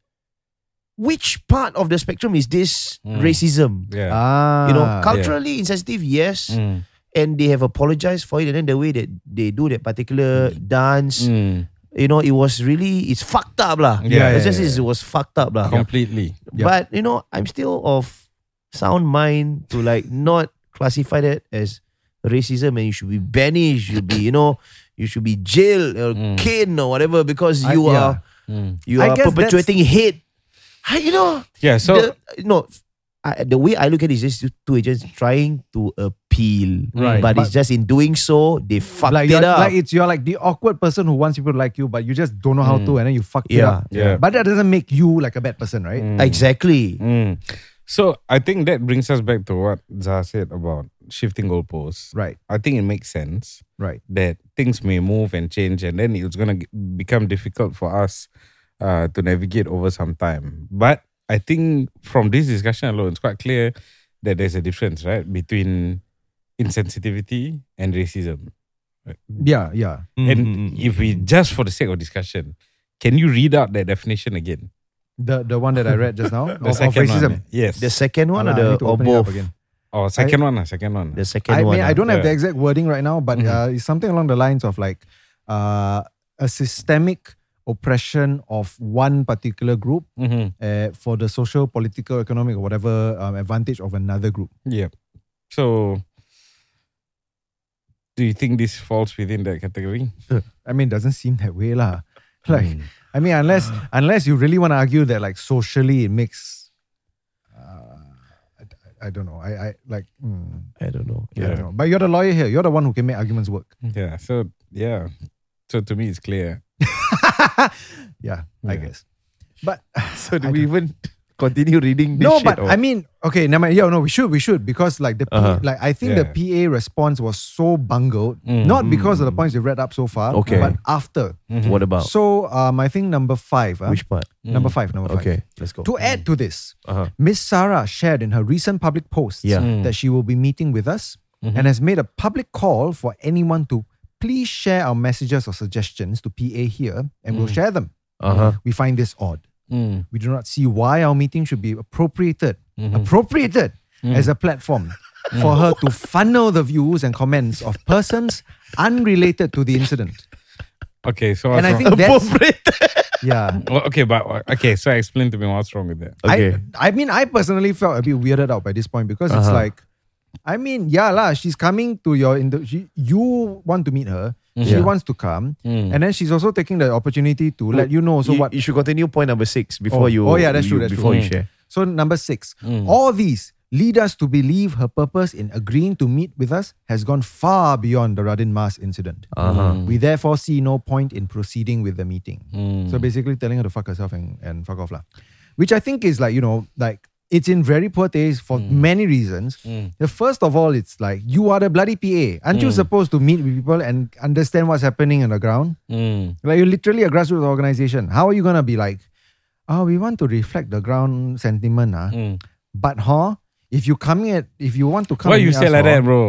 Speaker 1: which part of the spectrum is this
Speaker 3: Mm.
Speaker 1: racism.
Speaker 3: Yeah.
Speaker 2: Hmm. Ah, Hmm.
Speaker 1: You know, culturally insensitive, yes,
Speaker 3: Mm,
Speaker 1: and they have apologized for it, and then the way that they do that
Speaker 2: Hmm.
Speaker 1: particular dance,
Speaker 3: mm.
Speaker 1: you know, it was really it's fucked up lah.
Speaker 3: Yeah,
Speaker 1: it's
Speaker 2: yeah,
Speaker 1: just
Speaker 2: yeah,
Speaker 1: it's- it was fucked up lah.
Speaker 3: Completely.
Speaker 2: Yeah.
Speaker 1: But you know, I'm still of sound mind to like not classify that as racism and you should be banished, you should be, you know, you should be jailed or caned or whatever because
Speaker 2: Mm. I-
Speaker 1: you
Speaker 2: yeah. Mm.
Speaker 1: are you
Speaker 2: I
Speaker 1: are
Speaker 2: guess
Speaker 1: perpetuating hate. I, you know,
Speaker 3: Yeah. So
Speaker 1: the, no, I, the way I look at it is just two- two agents trying to appeal,
Speaker 2: Right.
Speaker 1: But, it's
Speaker 2: But-
Speaker 1: just in doing so they fucked
Speaker 2: Like,
Speaker 1: it
Speaker 2: you're,
Speaker 1: up.
Speaker 2: like it's you're like the awkward person who wants people to like you, but you just don't know how to, and then you fuck
Speaker 1: Mm.
Speaker 2: it
Speaker 1: Yeah. Mm.
Speaker 2: up.
Speaker 3: Yeah.
Speaker 2: Mm. But that doesn't make you like a bad person, right?
Speaker 1: exactly.
Speaker 3: Mm. So I think that brings us back to what Zaha said about shifting goalposts.
Speaker 2: Right,
Speaker 3: I think it makes sense
Speaker 2: right.
Speaker 3: that things may move and change, and then it's gonna g- become difficult for us uh, to navigate over some time. But I think from this discussion alone, it's quite clear that there's a difference, right, between insensitivity and racism.
Speaker 2: Yeah, yeah. mm-hmm,
Speaker 3: And if we just for the sake of discussion, can you read out that definition again?
Speaker 2: The the one that I read just now of,
Speaker 3: The
Speaker 2: of
Speaker 3: second
Speaker 2: racism.
Speaker 3: one. Yes.
Speaker 1: the second one or
Speaker 2: Ah, I
Speaker 1: the
Speaker 2: need to
Speaker 1: or
Speaker 2: open it up
Speaker 1: both?
Speaker 2: again.
Speaker 3: oh, second one, ah, second one.
Speaker 1: The second
Speaker 2: I
Speaker 1: one. Mm-hmm.
Speaker 2: mean, I
Speaker 1: ah.
Speaker 2: don't have the
Speaker 3: Yeah.
Speaker 2: exact wording right now, but uh, it's something along the lines of like uh, a systemic oppression of one particular group
Speaker 3: hmm
Speaker 2: uh, for the social, political, economic, or whatever um, advantage of another group.
Speaker 3: Yeah. So, do you think this falls within that category?
Speaker 2: I mean, it doesn't seem that way, lah. Like,
Speaker 1: Hmm.
Speaker 2: I mean, unless unless you really want to argue that like socially it makes, uh, I, I don't know. I, I like, mm,
Speaker 1: I don't know.
Speaker 2: I don't know. But you're the lawyer here. You're the one who can make arguments work.
Speaker 1: Hmm.
Speaker 3: Yeah. So yeah. So to me, it's clear.
Speaker 2: yeah, I
Speaker 3: Yeah.
Speaker 2: guess. But
Speaker 1: So do
Speaker 2: I
Speaker 1: we even continue reading this
Speaker 2: no,
Speaker 1: shit? Oh,
Speaker 2: but
Speaker 1: or-
Speaker 2: I mean, okay, never mind. Yeah, no, we should, we should, because like the, P-
Speaker 1: Uh-huh.
Speaker 2: like I think
Speaker 3: Yeah.
Speaker 2: the PA response was so bungled,
Speaker 3: Mm.
Speaker 2: not because of the points you read up so far,
Speaker 1: Hmm. Okay.
Speaker 2: but after.
Speaker 1: what about
Speaker 2: So, um, I think number five, uh,
Speaker 1: which part?
Speaker 2: number five, number five.
Speaker 1: Okay, let's go.
Speaker 2: To add to this,
Speaker 1: Uh-huh.
Speaker 2: Miss Sarah shared in her recent public posts
Speaker 1: Yeah.
Speaker 2: that she will be meeting with us and has made a public call for anyone to please share our messages or suggestions to PA here and we'll share them.
Speaker 1: Uh huh.
Speaker 2: We find this odd. We do not see why our meeting should be appropriated, appropriated as a platform for her to funnel the views and comments of persons unrelated to the incident.
Speaker 3: Okay. So
Speaker 2: And
Speaker 3: what's
Speaker 2: I think
Speaker 3: wrong-
Speaker 2: that's yeah.
Speaker 3: Well, okay, but uh, okay. So explain to me what's wrong with that.
Speaker 1: Okay.
Speaker 2: I, I mean, I personally felt a bit weirded out by this point because it's
Speaker 1: Uh-huh.
Speaker 2: like, I mean, yeah, lah, she's coming to your, in the, she, you want to meet her, she
Speaker 1: Yeah. Hmm.
Speaker 2: wants to come, and then she's also taking the opportunity to let you know. So
Speaker 1: you,
Speaker 2: what?
Speaker 1: you should continue point number six before
Speaker 2: Oh.
Speaker 1: you.
Speaker 2: Oh, yeah, that's true,
Speaker 1: you-
Speaker 2: that's true.
Speaker 1: before you
Speaker 2: Mm.
Speaker 1: share. Mm.
Speaker 2: So number six, all these lead us to believe her purpose in agreeing to meet with us has gone far beyond the Radin Mas incident.
Speaker 1: Uh-huh.
Speaker 2: Mm. We therefore see no point in proceeding with the meeting.
Speaker 1: Mm.
Speaker 2: So basically telling her to fuck herself and, and fuck off lah. Which I think is like, you know, like it's in very poor taste for
Speaker 1: Mm.
Speaker 2: many reasons. The first of all, it's like you are the bloody PA. Aren't
Speaker 1: Mm.
Speaker 2: you supposed to meet with people and understand what's happening on the ground? Like you're literally a grassroots organization. How are you gonna be like, oh, we want to reflect the ground sentiment, ah.
Speaker 3: Hmm.
Speaker 2: But huh, if you coming at ah, if you want to come
Speaker 3: Why
Speaker 2: and
Speaker 3: you
Speaker 2: meet
Speaker 3: say
Speaker 2: us,
Speaker 3: like
Speaker 2: hor,
Speaker 3: that, bro?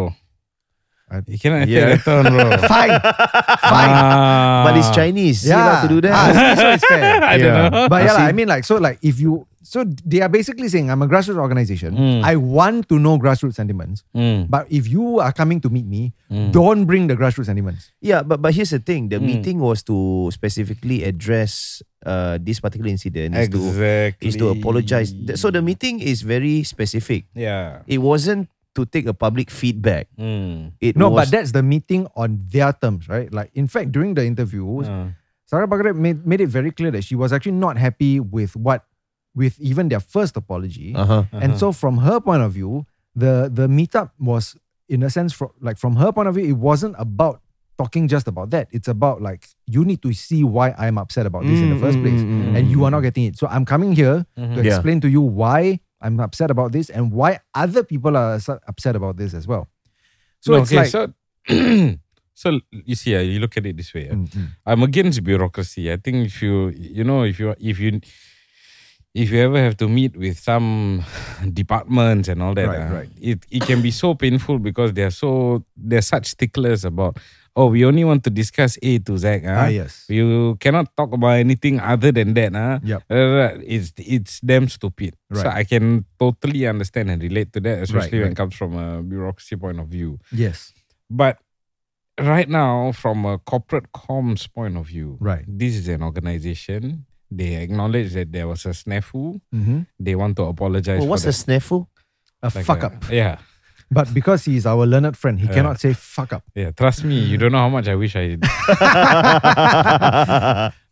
Speaker 2: I-
Speaker 3: You cannot
Speaker 1: Yeah.
Speaker 3: yeah. take that tone, bro.
Speaker 2: Fine. Fine.
Speaker 3: Ah.
Speaker 1: But it's Chinese. Yeah. allowed to do that.
Speaker 2: Ah, so it's fair.
Speaker 3: I don't know.
Speaker 2: But yeah,
Speaker 1: see.
Speaker 2: lah, I mean, like, so, like, if you, so they are basically saying, I'm a grassroots organization.
Speaker 3: Hmm.
Speaker 2: I want to know grassroots sentiments.
Speaker 3: Mm.
Speaker 2: But if you are coming to meet me,
Speaker 3: Hmm.
Speaker 2: don't bring the grassroots sentiments.
Speaker 1: Yeah, but but here's the thing:
Speaker 2: Hmm.
Speaker 1: the meeting was to specifically address uh this particular incident. Is to
Speaker 3: Exactly.
Speaker 1: is to apologize. Th- So the meeting is very specific.
Speaker 3: Yeah.
Speaker 1: It wasn't to take a public feedback.
Speaker 3: Mm.
Speaker 1: It
Speaker 2: No,
Speaker 1: was,
Speaker 2: but that's the meeting on their terms, right? Like, in fact, during the interview,
Speaker 3: Uh-huh.
Speaker 2: Sarah Bagaret made, made it very clear that she was actually not happy with what, with even their first apology.
Speaker 1: Uh-huh.
Speaker 2: And so, from her point of view, the the meetup was, in a sense, from like from her point of view, it wasn't about talking just about that. It's about like you need to see why I'm upset about this in the
Speaker 1: Mm,
Speaker 2: first
Speaker 1: mm, mm,
Speaker 2: place,
Speaker 1: mm, Mm-hmm.
Speaker 2: and you are not getting it. So I'm coming here to
Speaker 1: Yeah.
Speaker 2: explain to you why I'm upset about this and why other people are su- upset about this as well. So
Speaker 3: So
Speaker 2: it's
Speaker 3: okay,
Speaker 2: like
Speaker 3: so so you see, ah, you look at it this way. ah.
Speaker 2: Mm,
Speaker 3: I'm against bureaucracy. I think if you you know if you if you if you ever have to meet with some departments and all that,
Speaker 2: Right,
Speaker 3: ah,
Speaker 2: right.
Speaker 3: it it can be so painful because they're so they're such sticklers about oh we only want to discuss A to Z. ah.
Speaker 2: Ah, yes.
Speaker 3: You cannot talk about anything other than that. ah.
Speaker 2: Yup.
Speaker 3: Uh, It's it's damn stupid. So
Speaker 2: Right.
Speaker 3: I can totally understand and relate to that, especially when
Speaker 2: right.
Speaker 3: it comes from a bureaucracy point of view.
Speaker 2: yes,
Speaker 3: But right now, from a corporate comms point of view,
Speaker 2: Right.
Speaker 3: this is an organization. They acknowledge that there was a snafu.
Speaker 2: Mhm.
Speaker 3: They want to apologize.
Speaker 1: Well, what's
Speaker 3: for
Speaker 1: the snafu?
Speaker 2: a
Speaker 3: that. Like
Speaker 2: fuck
Speaker 3: a-
Speaker 2: up.
Speaker 3: Yeah.
Speaker 2: But because he is our learned friend, he cannot say fuck up.
Speaker 3: Yeah. Trust me, you don't know how much I wish I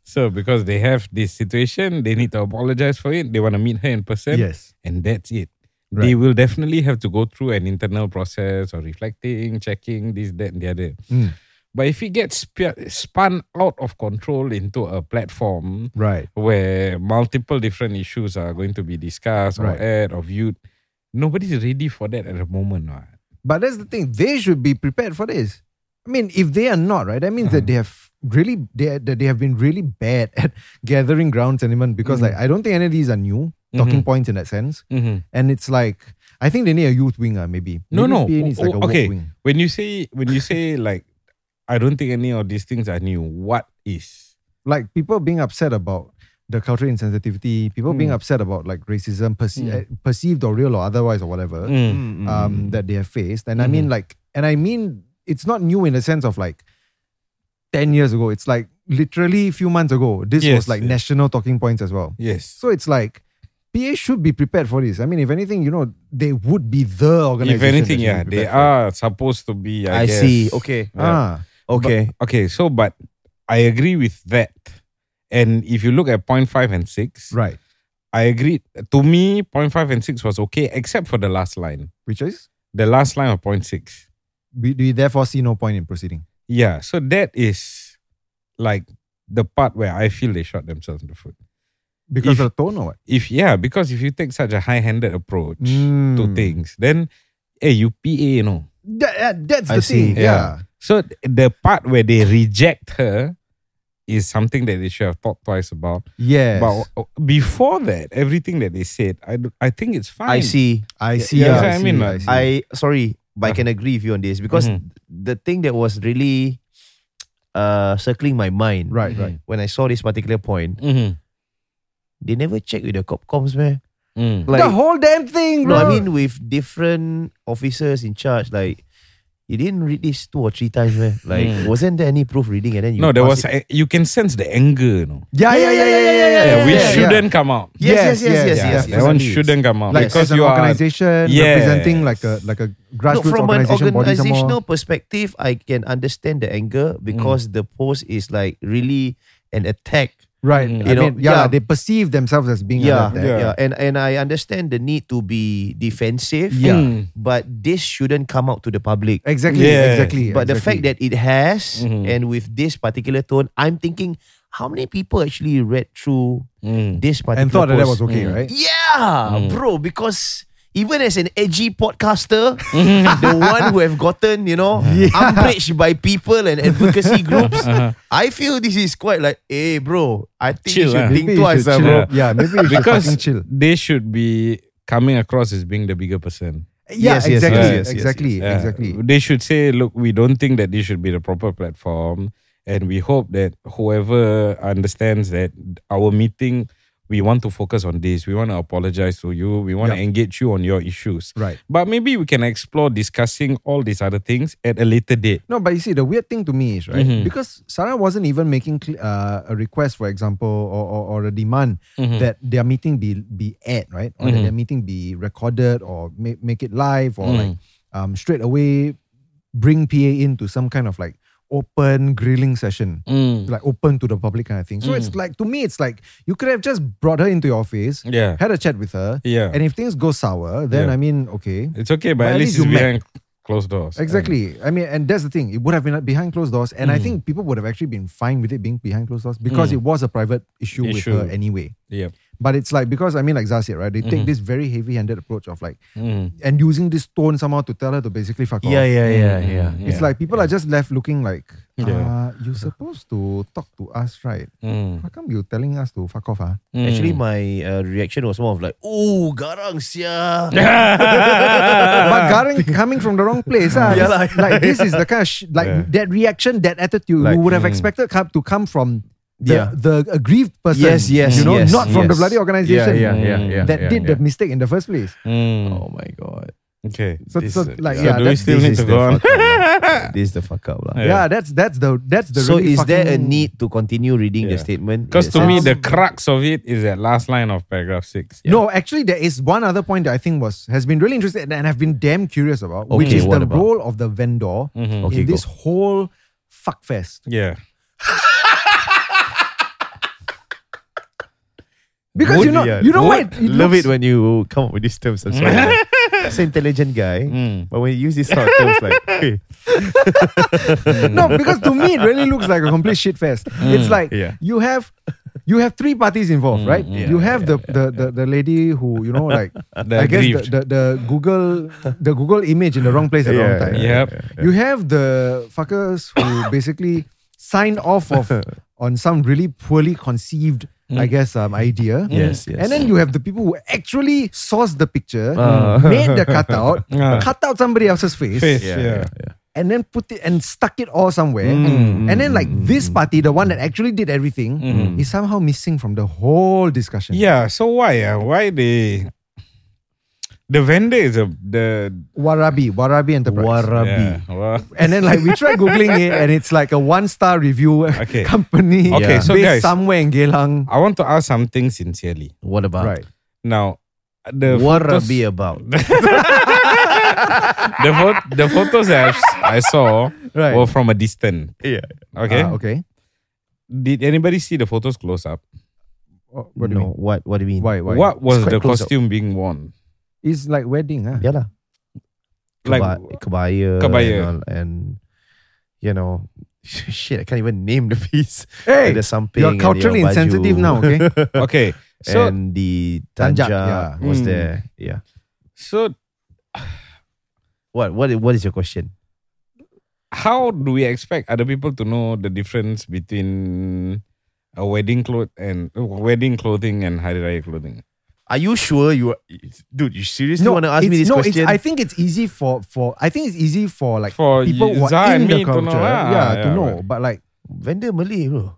Speaker 3: so, because they have this situation, they need to apologize for it. They want to meet her in person.
Speaker 2: Yes.
Speaker 3: And that's it. They
Speaker 2: Right.
Speaker 3: will
Speaker 2: Hmm.
Speaker 3: definitely have to go through an internal process or reflecting, checking, this, that, and the other. But if it gets spe- spun out of control into a platform
Speaker 2: Right.
Speaker 3: where multiple different issues are going to be discussed
Speaker 2: Right.
Speaker 3: or aired or viewed, nobody's ready for that at the moment. what.
Speaker 2: But that's the thing. They should be prepared for this. I mean, if they are not, right, that means that
Speaker 3: Mm-hmm.
Speaker 2: they have really they that they have been really bad at gathering ground sentiment because
Speaker 3: Mm.
Speaker 2: like I don't think any of these are new
Speaker 3: Mm-hmm.
Speaker 2: talking points in that sense. And it's like I think they need a youth wing, uh, maybe.
Speaker 3: No,
Speaker 2: maybe
Speaker 3: no.
Speaker 2: PA needs
Speaker 3: O-
Speaker 2: like a
Speaker 3: o-
Speaker 2: woke
Speaker 3: okay.
Speaker 2: wing.
Speaker 3: When you say when you say like, I don't think any of these things are new. What is?
Speaker 2: Like people being upset about the cultural insensitivity, people being
Speaker 3: Mm.
Speaker 2: upset about like racism, perce- uh, perceived or real or otherwise or whatever.
Speaker 3: Mm.
Speaker 1: Hmm.
Speaker 3: Mm-hmm.
Speaker 2: um, that they have faced. And I mean, like, and I mean, it's not new in the sense of like 10 years ago. It's like literally a few months ago. This was
Speaker 3: Yes,
Speaker 2: like
Speaker 3: yeah.
Speaker 2: national talking points as well.
Speaker 3: Yes.
Speaker 2: So it's like, PA should be prepared for this. I mean, if anything, you know, they would be the
Speaker 3: If
Speaker 2: organization.
Speaker 3: anything,
Speaker 2: that should
Speaker 3: yeah,
Speaker 2: be
Speaker 3: they
Speaker 2: prepared for it.
Speaker 3: are supposed to be. I,
Speaker 1: I
Speaker 3: guess.
Speaker 1: see. Okay.
Speaker 3: Yeah.
Speaker 2: Ah,
Speaker 1: Okay.
Speaker 3: But- okay. So, but I agree with that. And if you look at point five and six,
Speaker 2: right.
Speaker 3: I agree. To me, point five and six was okay, except for the last line.
Speaker 2: Which is,
Speaker 3: The last line of point six.
Speaker 2: we, we therefore see no point in proceeding.
Speaker 3: Yeah, so that is like the part where I feel they shot themselves in the foot.
Speaker 2: Because
Speaker 3: If-
Speaker 2: of the tone or what?
Speaker 3: If yeah, because if you take such a high-handed approach to
Speaker 2: Mm.
Speaker 3: things, then hey, you PA, you know.
Speaker 2: That, that- that's
Speaker 1: I
Speaker 2: the
Speaker 1: see.
Speaker 2: thing. Yeah.
Speaker 3: So th- the part where they reject her is something that they should have thought twice about.
Speaker 2: Yes.
Speaker 3: But o- o- before that, everything that they said, I, d- I think it's fine.
Speaker 1: I see.
Speaker 2: I see. Uh-huh. I,
Speaker 3: yeah, that's what I
Speaker 2: see,
Speaker 3: mean,
Speaker 2: I
Speaker 3: like,
Speaker 2: see.
Speaker 1: I sorry, but I can agree with you on this because
Speaker 2: Mm-hmm.
Speaker 3: Mhm.
Speaker 1: the thing that was really uh circling my mind
Speaker 2: right, right.
Speaker 1: when I saw this particular point,
Speaker 3: Mhm.
Speaker 1: they never check with the cop comms man.
Speaker 3: Mm.
Speaker 1: Like
Speaker 2: the whole damn thing,
Speaker 1: no,
Speaker 2: bro.
Speaker 1: I mean with different officers in charge, like you didn't read this two or three times, man. Like wasn't there any proofreading and then you
Speaker 3: no, there
Speaker 1: pass
Speaker 3: was
Speaker 1: it-
Speaker 3: a- you can sense the anger, you know.
Speaker 2: yeah, yeah, yeah, yeah, yeah, yeah, yeah,
Speaker 3: Yeah,
Speaker 2: yeah,
Speaker 3: which
Speaker 2: yeah, yeah.
Speaker 3: shouldn't come out.
Speaker 1: Yes, yes, yes, yes,
Speaker 3: Yeah,
Speaker 1: yes.
Speaker 3: that one
Speaker 1: definitely.
Speaker 3: shouldn't come out
Speaker 2: like
Speaker 3: because
Speaker 2: as an
Speaker 3: you are
Speaker 2: organization
Speaker 3: Yes.
Speaker 2: representing like a like a
Speaker 1: Look,
Speaker 2: grassroots
Speaker 1: from an
Speaker 2: organization body some more.
Speaker 1: organizational perspective, I can understand the anger because the post is like really an attack
Speaker 2: right I
Speaker 3: Mm.
Speaker 1: You know,
Speaker 2: mean, yeah,
Speaker 1: yeah.
Speaker 2: they perceive themselves as being
Speaker 1: yeah,
Speaker 2: yeah,
Speaker 1: yeah, And and I understand the need to be defensive.
Speaker 2: Yeah.
Speaker 3: Mm.
Speaker 1: But this shouldn't come out to the public.
Speaker 2: exactly
Speaker 3: Yeah.
Speaker 2: exactly
Speaker 1: But the fact
Speaker 2: exactly.
Speaker 1: that
Speaker 2: Mm-hmm.
Speaker 1: it has,
Speaker 3: Mhm.
Speaker 1: and with this particular tone, I'm thinking, how many people actually read through
Speaker 3: Mm.
Speaker 1: this particular
Speaker 2: and thought that that was
Speaker 1: post?
Speaker 2: okay Mm.
Speaker 3: Mm.
Speaker 2: right
Speaker 1: Yeah, bro. Because even as an edgy podcaster, the one who have gotten you know outraged by people and advocacy groups,
Speaker 2: Uh-huh.
Speaker 1: I feel this is quite like, hey, bro. I think you
Speaker 3: Chill,
Speaker 1: should
Speaker 3: ah.
Speaker 1: think
Speaker 2: eh? maybe you
Speaker 1: twice, ah,
Speaker 2: should chill.
Speaker 1: bro.
Speaker 2: yeah maybe you should
Speaker 3: Because
Speaker 2: fucking chill
Speaker 3: they should be coming across as being the bigger person.
Speaker 2: yeah
Speaker 1: Yes, yes,
Speaker 2: exactly
Speaker 3: yes, yes,
Speaker 1: yes,
Speaker 2: exactly
Speaker 3: Yeah.
Speaker 2: exactly
Speaker 3: They should say, look, we don't think that this should be the proper platform. And we hope that whoever understands that our meeting, we want to focus on this. We want to apologize to you. We want to
Speaker 2: Yeah.
Speaker 3: engage you on your issues.
Speaker 2: right
Speaker 3: But maybe we can explore discussing all these other things at a later date.
Speaker 2: no but you see the weird thing to me is right
Speaker 3: Mhm.
Speaker 2: because Sarah wasn't even making cle- uh, a request for example or, or, or a demand
Speaker 3: Mm-hmm.
Speaker 2: that their meeting be be aired right or that
Speaker 3: Mhm.
Speaker 2: their meeting be recorded or make, make it live or
Speaker 3: Mm.
Speaker 2: like um, straight away bring PA into some kind of like open grilling session,
Speaker 3: Mm.
Speaker 2: like open to the public kind of thing. So it's like to me, it's like you could have just brought her into your office,
Speaker 3: Yeah.
Speaker 2: had a chat with her,
Speaker 3: Yeah.
Speaker 2: and if things go sour, then
Speaker 3: Yeah.
Speaker 2: I mean, okay,
Speaker 3: It's okay, but, at least,
Speaker 2: you
Speaker 3: it's
Speaker 2: met.
Speaker 3: behind closed doors.
Speaker 2: Exactly. I mean, and that's the thing. It would have been behind closed doors, and
Speaker 1: Mm.
Speaker 2: I think people would have actually been fine with it being behind closed doors because it was a private issue,
Speaker 3: Issue.
Speaker 2: with her anyway.
Speaker 3: Yep.
Speaker 2: But it's like because I mean, like Zaz said, right? They
Speaker 1: Mm-hmm.
Speaker 2: take this very heavy-handed approach of like,
Speaker 3: Mm.
Speaker 2: and using this tone somehow to tell her to basically fuck off.
Speaker 1: Yeah, yeah, yeah,
Speaker 3: Mm.
Speaker 1: yeah.
Speaker 2: It's like people are just left looking like,
Speaker 3: Yeah.
Speaker 2: uh, you're supposed to talk to us, right?
Speaker 3: Mm.
Speaker 2: How come you telling us to fuck off? Ah?
Speaker 3: Mm.
Speaker 1: Actually, my uh, reaction was more of like, "Oh, garang sia."
Speaker 2: but Garang coming from the wrong place. ah.
Speaker 1: Yeah,
Speaker 2: It's
Speaker 1: like-
Speaker 2: like this is the kind of sh- like
Speaker 3: Yeah.
Speaker 2: that reaction, that attitude
Speaker 1: Like,
Speaker 2: you would have
Speaker 3: mm.
Speaker 2: expected come- to come from the,
Speaker 1: Yeah.
Speaker 2: the aggrieved person.
Speaker 1: Yes, yes,
Speaker 2: You know,
Speaker 1: yes,
Speaker 2: not from
Speaker 1: yes.
Speaker 2: the bloody organization
Speaker 1: Yeah, yeah,
Speaker 3: yeah, yeah,
Speaker 2: that did the mistake in the first place.
Speaker 3: Mm.
Speaker 1: Oh my god.
Speaker 3: Okay.
Speaker 2: So, so like
Speaker 3: So
Speaker 2: yeah,
Speaker 3: do we
Speaker 2: that's,
Speaker 3: still
Speaker 1: this is
Speaker 3: need to
Speaker 1: the
Speaker 3: go on?
Speaker 1: fuck up lah. this is the fuck up lah.
Speaker 3: Yeah.
Speaker 2: yeah, that's that's the that's the.
Speaker 1: so
Speaker 2: really
Speaker 1: is there a
Speaker 2: fucking-
Speaker 1: need to continue reading the
Speaker 3: Yeah.
Speaker 1: statement?
Speaker 3: Because
Speaker 1: Yes.
Speaker 3: to me,
Speaker 2: Um,
Speaker 3: the crux of it is that last line of paragraph six.
Speaker 2: No, actually, there is one other point that I think was has been really interesting and I've been damn curious about, which
Speaker 1: Okay,
Speaker 2: is
Speaker 1: what
Speaker 2: the
Speaker 1: about? Mm-hmm.
Speaker 2: role of the vendor
Speaker 1: Okay,
Speaker 2: in
Speaker 1: go.
Speaker 2: this whole fuckfest.
Speaker 3: Yeah.
Speaker 2: Because you know, you know
Speaker 1: Good.
Speaker 2: what?
Speaker 1: Love it when you come up with these terms. I'm sorry. He's an intelligent guy.
Speaker 3: Mm.
Speaker 1: But when he used this sort of thing, it's like, hey,
Speaker 2: no, because to me it really looks like a complete shit fest. It's like
Speaker 1: Mm. Yeah. Mm,
Speaker 2: you have you have three parties involved, right? you have the, the, the the lady who you know like I guess
Speaker 3: aggrieved.
Speaker 2: the, the, the Google the Google image in the wrong place at the wrong
Speaker 1: Yeah,
Speaker 2: time.
Speaker 3: Yep.
Speaker 2: You have the fuckers who basically signed off of on some really poorly conceived, I guess, um, idea.
Speaker 1: Mm. Yes, yes.
Speaker 2: And then you have the people who actually sourced the picture,
Speaker 1: Ah.
Speaker 2: made the cutout,
Speaker 3: Ah.
Speaker 2: cut out somebody else's face,
Speaker 3: Face,
Speaker 1: Uh. yeah,
Speaker 3: yeah.
Speaker 1: yeah,
Speaker 2: and then put it and stuck it all somewhere.
Speaker 3: Mm.
Speaker 2: and then like this party, the one that actually did everything, is somehow missing from the whole discussion.
Speaker 3: Mm-hmm. Yeah, so why? Uh, why they the vendor is a the
Speaker 2: Warabi, Warabi Enterprise.
Speaker 1: Warabi.
Speaker 3: yeah, well,
Speaker 2: And then like we tried googling it, and it's like a one-star review
Speaker 3: Okay.
Speaker 2: company
Speaker 3: Okay, so
Speaker 2: based
Speaker 3: guys-
Speaker 2: somewhere in Geylang.
Speaker 3: I want to ask something sincerely.
Speaker 1: What about?
Speaker 3: Ah,
Speaker 2: Right.
Speaker 3: Now the photos,
Speaker 1: Warabi about?
Speaker 3: the, pho- the photos I, I saw
Speaker 2: Right.
Speaker 3: were from a distance.
Speaker 1: yeah.
Speaker 3: Okay?
Speaker 2: Ah, okay.
Speaker 3: Did anybody see the photos close up?
Speaker 2: Oh, What
Speaker 1: What
Speaker 2: do
Speaker 1: no,
Speaker 2: you mean?
Speaker 1: what, what do you mean?
Speaker 2: Why? Why?
Speaker 3: What was
Speaker 1: It's quite
Speaker 3: the
Speaker 1: close up.
Speaker 3: costume being worn?
Speaker 2: It's like wedding, ah.
Speaker 1: Yeah, lah.
Speaker 3: Like
Speaker 1: Keba- kebaya,
Speaker 3: Kebaya.
Speaker 1: And, all- and, you know, shit, I can't even name the piece.
Speaker 2: Hey,
Speaker 1: And the samping
Speaker 2: you're
Speaker 1: and the
Speaker 2: culturally
Speaker 1: baju.
Speaker 2: insensitive now. Okay.
Speaker 3: okay. So
Speaker 1: and the
Speaker 2: Tanjak,
Speaker 1: tanja
Speaker 2: yeah.
Speaker 1: was
Speaker 3: Mm.
Speaker 1: there. Yeah.
Speaker 3: so
Speaker 1: What? What? What is your question?
Speaker 3: how do we expect other people to know the difference between a wedding cloth and uh, wedding clothing and Hari Raya clothing?
Speaker 1: Are you sure you, are, dude? You seriously want to ask me
Speaker 2: it's-
Speaker 1: this
Speaker 2: no, it's-
Speaker 1: question?
Speaker 2: I think it's easy for for I think it's easy for like
Speaker 3: For
Speaker 2: people who are
Speaker 3: Zai
Speaker 2: in
Speaker 3: and
Speaker 2: the
Speaker 3: me to
Speaker 2: culture,
Speaker 3: know
Speaker 2: yeah,
Speaker 3: lah.
Speaker 2: to
Speaker 3: Yeah,
Speaker 2: know.
Speaker 3: right.
Speaker 2: But like
Speaker 1: vendor Malay, bro.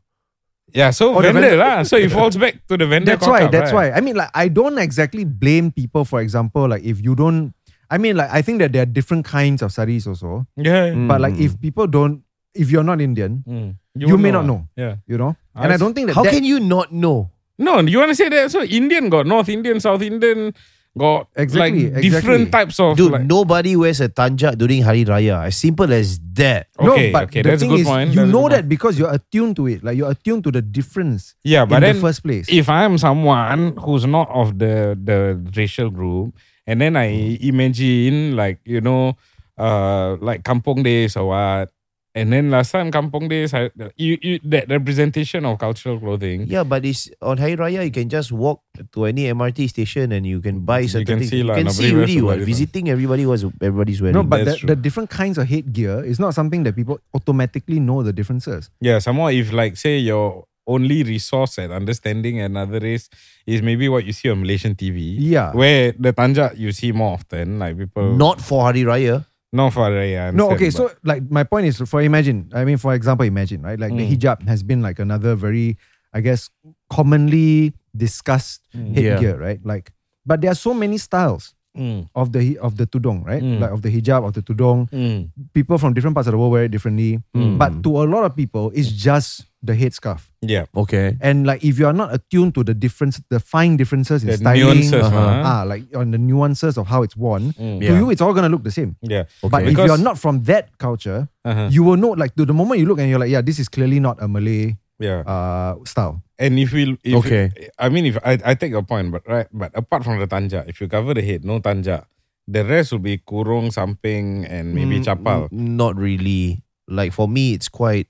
Speaker 3: Yeah,
Speaker 2: Oh,
Speaker 3: so
Speaker 2: the
Speaker 3: vendor
Speaker 2: vendor-
Speaker 3: lah. So it falls back to the vendor.
Speaker 2: that's why. That's why. I mean, like I don't exactly blame people. For example, like if you don't, I mean, like I think that there are different kinds of saris also.
Speaker 3: why. Yeah.
Speaker 2: But like
Speaker 1: Hmm,
Speaker 2: if people don't, if you're not Indian,
Speaker 3: Mm.
Speaker 2: You
Speaker 3: won't
Speaker 2: may not know.
Speaker 3: Yeah.
Speaker 2: you know,
Speaker 3: I
Speaker 2: and I
Speaker 3: s-
Speaker 2: don't think that
Speaker 1: How
Speaker 2: that-
Speaker 1: can you not know?
Speaker 3: No, you want to say that? So Indian got North Indian, South Indian, got
Speaker 2: Exactly,
Speaker 3: like different
Speaker 2: exactly.
Speaker 3: types of
Speaker 1: Dude,
Speaker 3: like,
Speaker 1: nobody wears a tanjak during Hari Raya. As simple as that.
Speaker 3: Okay,
Speaker 2: no, but
Speaker 3: okay,
Speaker 2: the
Speaker 3: that's a
Speaker 2: thing
Speaker 3: good
Speaker 2: is,
Speaker 3: point.
Speaker 2: you
Speaker 3: That's a
Speaker 2: know
Speaker 3: good
Speaker 2: that because you're attuned to it. Like you're attuned to the difference
Speaker 3: Yeah, but
Speaker 2: in
Speaker 3: then
Speaker 2: the first place.
Speaker 3: if I'm someone who's not of the the racial group, and then I imagine like you know, uh, like kampong days or what, and then last time kampong days, I, you, you that representation of cultural clothing.
Speaker 1: Yeah, but it's on Hari Raya. You can just walk to any MRT station and you can buy
Speaker 3: You
Speaker 1: certain
Speaker 3: can
Speaker 1: things.
Speaker 3: see lah,
Speaker 1: you can
Speaker 3: nobody
Speaker 1: see
Speaker 3: wears
Speaker 1: already.
Speaker 3: a
Speaker 1: What,
Speaker 3: wedding.
Speaker 1: visiting everybody was everybody's wearing.
Speaker 2: No, but
Speaker 3: That's
Speaker 2: the, the different kinds of headgear is not something that people automatically know the differences.
Speaker 3: Yeah, somehow if like say your only resource at understanding another race is maybe what you see on Malaysian TV.
Speaker 2: Yeah.
Speaker 3: where the tanja you see more often, like people
Speaker 1: not for Hari Raya.
Speaker 3: not for yeah.
Speaker 2: No, okay, so like my point is for imagine, I mean, for example, imagine, right? Like the
Speaker 3: Mm.
Speaker 2: hijab has been like another very, I guess, commonly discussed
Speaker 3: Mm.
Speaker 2: headgear, right? Like, but there are so many styles
Speaker 3: Mm.
Speaker 2: of the of the tudong, right? Like of the hijab, of the tudong.
Speaker 3: Mm.
Speaker 2: People from different parts of the world wear it differently. But to a lot of people, it's just the headscarf.
Speaker 3: yeah.
Speaker 1: Okay.
Speaker 2: And like if you are not attuned to the difference, the fine differences in
Speaker 3: The
Speaker 2: styling,
Speaker 3: nuances,
Speaker 2: uh,
Speaker 3: huh?
Speaker 2: ah, like on the nuances of how it's worn, to
Speaker 1: Yeah.
Speaker 2: you it's all gonna look the same.
Speaker 3: Mm. Yeah.
Speaker 2: But if
Speaker 3: Because-
Speaker 2: you're not from that culture,
Speaker 3: Uh-huh.
Speaker 2: you will know like to the moment you look and you're like, yeah, this is clearly not a Malay
Speaker 3: Yeah.
Speaker 2: uh, style.
Speaker 3: And if we, if
Speaker 1: Okay.
Speaker 3: I mean, if I, I take your point, but right, but apart from the tanja, if you cover the head, no tanja, the rest will be kurung, samping,
Speaker 1: Mm,
Speaker 3: and maybe chapal.
Speaker 1: Not really. Like for me, it's quite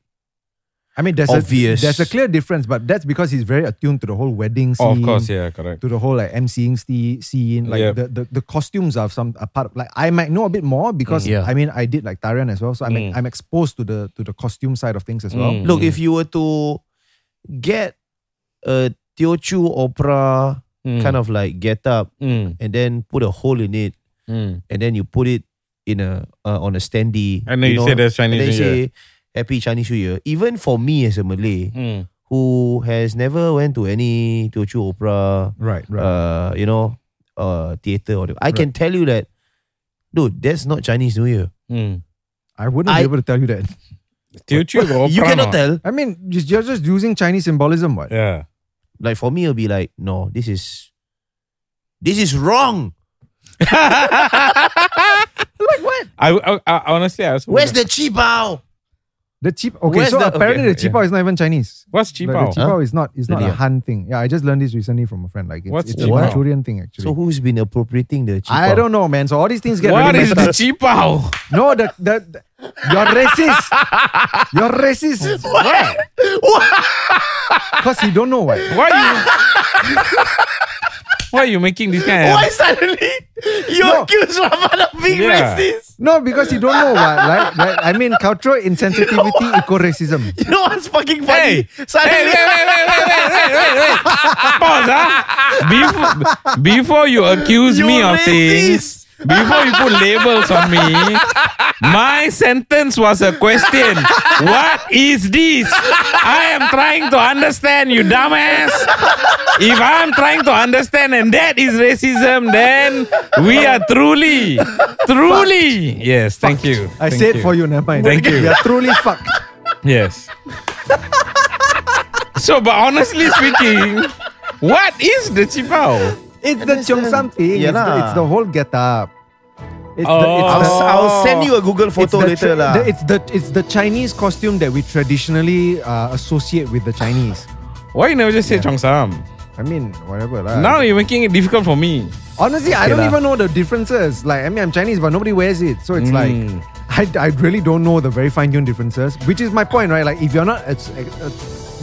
Speaker 2: I mean, there's
Speaker 1: Obvious.
Speaker 2: a there's a clear difference, but that's because he's very attuned to the whole wedding scene.
Speaker 3: Oh, of course, yeah, correct.
Speaker 2: To the whole like emceeing ste- scene, like
Speaker 3: Yeah.
Speaker 2: the, the, the costumes are some a part of, like I might know a bit more because
Speaker 1: Mm. Yeah.
Speaker 2: I mean I did like Tarian as well, so I'm
Speaker 3: Mm.
Speaker 2: I'm exposed to the to the costume side of things as well.
Speaker 3: Mm.
Speaker 1: Look, if you were to get a Teochew opera kind of like get up
Speaker 3: Mm,
Speaker 1: and then put a hole in it
Speaker 3: mm.
Speaker 1: and then you put it in a uh, on a standee.
Speaker 3: And then you, say there's
Speaker 1: and
Speaker 3: Chinese
Speaker 1: then
Speaker 3: New
Speaker 1: you
Speaker 3: Year.
Speaker 1: say Happy Chinese New Year. Even for me as a Malay
Speaker 3: Mm,
Speaker 1: who has never went to any Teochew opera,
Speaker 2: Right, right.
Speaker 1: uh, you know, uh, theater or whatever, I can tell you that, dude, that's not Chinese New Year.
Speaker 3: mm.
Speaker 2: I wouldn't
Speaker 1: I-
Speaker 2: be able to tell you that.
Speaker 3: Teochew got
Speaker 1: you
Speaker 3: opera
Speaker 1: cannot
Speaker 3: not?
Speaker 1: tell.
Speaker 2: I mean, just- you're just using Chinese symbolism, what?
Speaker 3: Yeah.
Speaker 1: like for me it'll be like no this is this is wrong
Speaker 3: I, I, I honestly, I also
Speaker 1: where's the
Speaker 3: wonder-
Speaker 1: chi bao
Speaker 2: The cheap. Okay,
Speaker 1: Where's
Speaker 2: so
Speaker 1: the-
Speaker 2: apparently
Speaker 1: okay,
Speaker 2: the cheapao is not even Chinese.
Speaker 3: What's
Speaker 2: Like,
Speaker 3: cheaper?
Speaker 2: the cheapao is not. It's not
Speaker 1: Really?
Speaker 2: a Han thing. Yeah, I just learned this recently from a friend. Like it's,
Speaker 3: What's
Speaker 2: it's a
Speaker 1: Wow.
Speaker 2: Manchurian thing actually.
Speaker 1: So who's been appropriating the cheap
Speaker 2: I don't know, man. So all these things get
Speaker 3: What
Speaker 2: really
Speaker 3: is
Speaker 2: messed
Speaker 3: the
Speaker 2: up.
Speaker 3: cheapao?
Speaker 2: No, the, the, the you're racist. you're racist. Why? Because you don't know why.
Speaker 3: Why you? Why you making this kind of?
Speaker 1: Why suddenly you
Speaker 2: No.
Speaker 1: accuse Rahman of being
Speaker 3: Yeah.
Speaker 1: racist?
Speaker 2: No, because you don't know why. Like, like I mean, cultural insensitivity, eco racism.
Speaker 1: You know what's fucking
Speaker 3: Hey,
Speaker 1: funny?
Speaker 3: hey,
Speaker 1: Suddenly,
Speaker 3: wait, wait, wait, wait, wait, wait, wait, wait. Pause, ah. Before, before you accuse
Speaker 1: You
Speaker 3: me of
Speaker 1: racist.
Speaker 3: things, before you put labels on me, my sentence was a question. What is this? I am trying to understand, you dumbass. If I'm trying to understand and that is racism, then we are truly, truly. Yes, thank you.
Speaker 2: I
Speaker 3: Thank
Speaker 2: said for you, never mind.
Speaker 3: Thank you.
Speaker 2: You're truly fucked.
Speaker 3: Yes. so, but honestly speaking, what is the chipao?
Speaker 2: It's the Cheong Sam thing.
Speaker 1: Yeah
Speaker 2: it's, the,
Speaker 1: lah.
Speaker 2: it's the whole get up. It's
Speaker 1: I'll,
Speaker 3: Oh.
Speaker 2: the,
Speaker 1: I'll send you a Google
Speaker 2: it's the,
Speaker 1: photo
Speaker 2: it's
Speaker 1: later.
Speaker 2: the,
Speaker 1: lah.
Speaker 2: the, it's the it's the Chinese costume that we traditionally uh, associate with the Chinese.
Speaker 3: Why you never just say Cheong Sam?
Speaker 2: I mean, whatever lah.
Speaker 3: Now you're making it difficult for me.
Speaker 2: Honestly, I
Speaker 1: Okay
Speaker 2: don't
Speaker 1: lah.
Speaker 2: even know the differences. Like, I mean, I'm Chinese, but nobody wears it. So it's
Speaker 3: Mm.
Speaker 2: like, I, I really don't know the very fine tuned differences, which is my point, right? Like, if you're not, ex- ex- uh,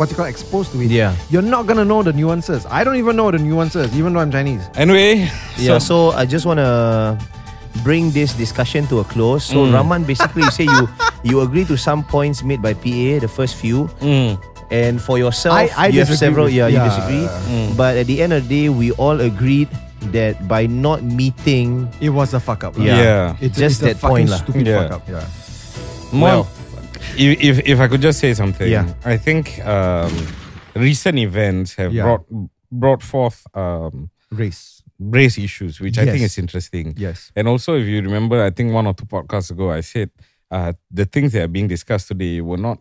Speaker 2: what's it called, exposed to it,
Speaker 1: Yeah.
Speaker 2: you're not going to know the nuances. I don't even know the nuances, even though I'm Chinese.
Speaker 3: Anyway,
Speaker 1: Yeah, so, I just want to bring this discussion to a close. So Rahman, basically, you say you you agree to some points made by PA, the first few,
Speaker 3: Mm.
Speaker 1: and for yourself,
Speaker 2: I- I
Speaker 1: you have
Speaker 2: disagree
Speaker 1: several.
Speaker 2: with-
Speaker 1: yeah, you
Speaker 2: yeah.
Speaker 1: disagree. But at the end of the day, we all agreed that by not meeting,
Speaker 2: It was a fuck up. lah.
Speaker 1: Yeah.
Speaker 3: Yeah.
Speaker 2: It's,
Speaker 1: Just that
Speaker 2: it's a
Speaker 1: point
Speaker 2: fucking
Speaker 1: lah.
Speaker 2: stupid
Speaker 3: Yeah.
Speaker 2: fuck up. Yeah.
Speaker 3: more,
Speaker 1: Well-
Speaker 3: if, if if I could just say something,
Speaker 1: Yeah.
Speaker 3: I think um, recent events have
Speaker 2: Yeah.
Speaker 3: brought brought forth um,
Speaker 2: Race.
Speaker 3: race issues, which I think
Speaker 2: Yes.
Speaker 3: is interesting.
Speaker 2: Yes.
Speaker 3: And also, if you remember, I think one or two podcasts ago, I said uh, the things that are being discussed today were not.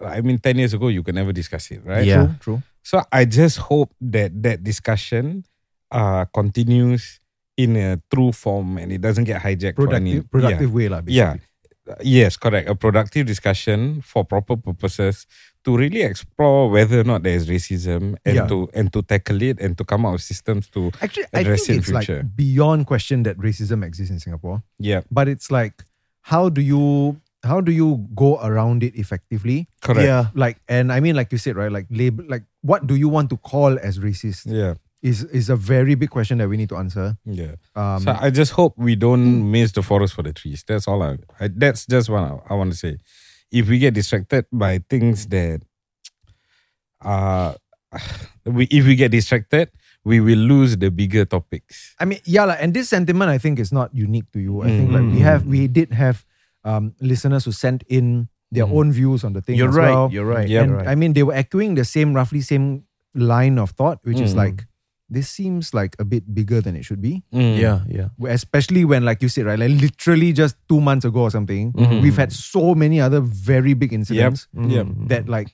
Speaker 3: I mean, ten years ago, you could never discuss it, right?
Speaker 1: Yeah.
Speaker 2: True.
Speaker 3: So I just hope that that discussion uh, continues in a true form and it doesn't get hijacked. for any-
Speaker 2: Productive, productive way. lah.
Speaker 3: Yeah. yeah.
Speaker 2: basically.
Speaker 3: Uh, Yes, correct. A productive discussion for proper purposes to really explore whether or not there is racism and
Speaker 2: Yeah.
Speaker 3: to and to tackle it and to come up with systems to
Speaker 2: Actually, I
Speaker 3: Address
Speaker 2: think
Speaker 3: in
Speaker 2: it's
Speaker 3: future.
Speaker 2: like beyond question that racism exists in Singapore.
Speaker 3: yeah
Speaker 2: But it's like, how do you how do you go around it effectively?
Speaker 3: correct
Speaker 1: yeah,
Speaker 2: like and i mean like you said right like label like what do you want to call as racist
Speaker 3: yeah
Speaker 2: is is a very big question that we need to answer
Speaker 3: yeah.
Speaker 2: um
Speaker 3: so I just hope we don't miss the forest for the trees. That's all I. I that's just what I, I want to say. If we get distracted by things that, uh, we if we get distracted, we will lose the bigger topics.
Speaker 2: i mean yeah like, and this sentiment i think is not unique to you i think like we have we did have um listeners who sent in their own views on the thing
Speaker 1: you're
Speaker 2: as
Speaker 1: right.
Speaker 2: well.
Speaker 1: You're right. Yeah,
Speaker 3: Yeah.
Speaker 2: and
Speaker 1: right.
Speaker 2: i mean they were echoing the same roughly same line of thought which is
Speaker 3: Mm.
Speaker 2: like this seems like a bit bigger than it should be
Speaker 3: Mm.
Speaker 1: yeah, yeah.
Speaker 2: especially when like you said right like literally just two months ago or something we've had so many other very big incidents
Speaker 3: Mm-hmm. Yep. Mm-hmm.
Speaker 1: Mm-hmm.
Speaker 2: that like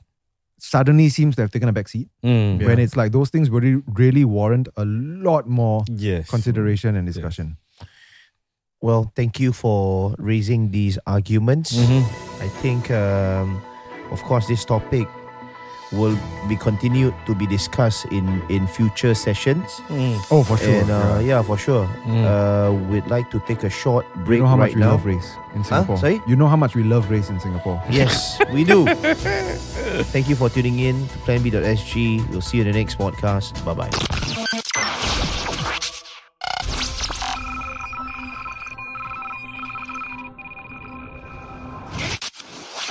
Speaker 2: suddenly seems to have taken a backseat
Speaker 3: Mm.
Speaker 2: when it's like those things really really warrant a lot more
Speaker 3: Yes.
Speaker 2: consideration and discussion
Speaker 1: Well, thank you for raising these arguments.
Speaker 3: Mhm.
Speaker 1: I think, um, of course, this topic will be continued to be discussed in in future sessions.
Speaker 3: Mm.
Speaker 2: oh for sure
Speaker 1: And uh, yeah, for sure.
Speaker 3: Mm.
Speaker 1: Uh, we'd like to take a short
Speaker 2: you
Speaker 1: break
Speaker 2: know how much
Speaker 1: right
Speaker 2: we
Speaker 1: now.
Speaker 2: love race in singapore
Speaker 1: Sorry?
Speaker 2: you know how much we love race in singapore
Speaker 1: Yes, we do. Thank you for tuning in to PlanB.sg. We'll see you in the next podcast. Bye bye.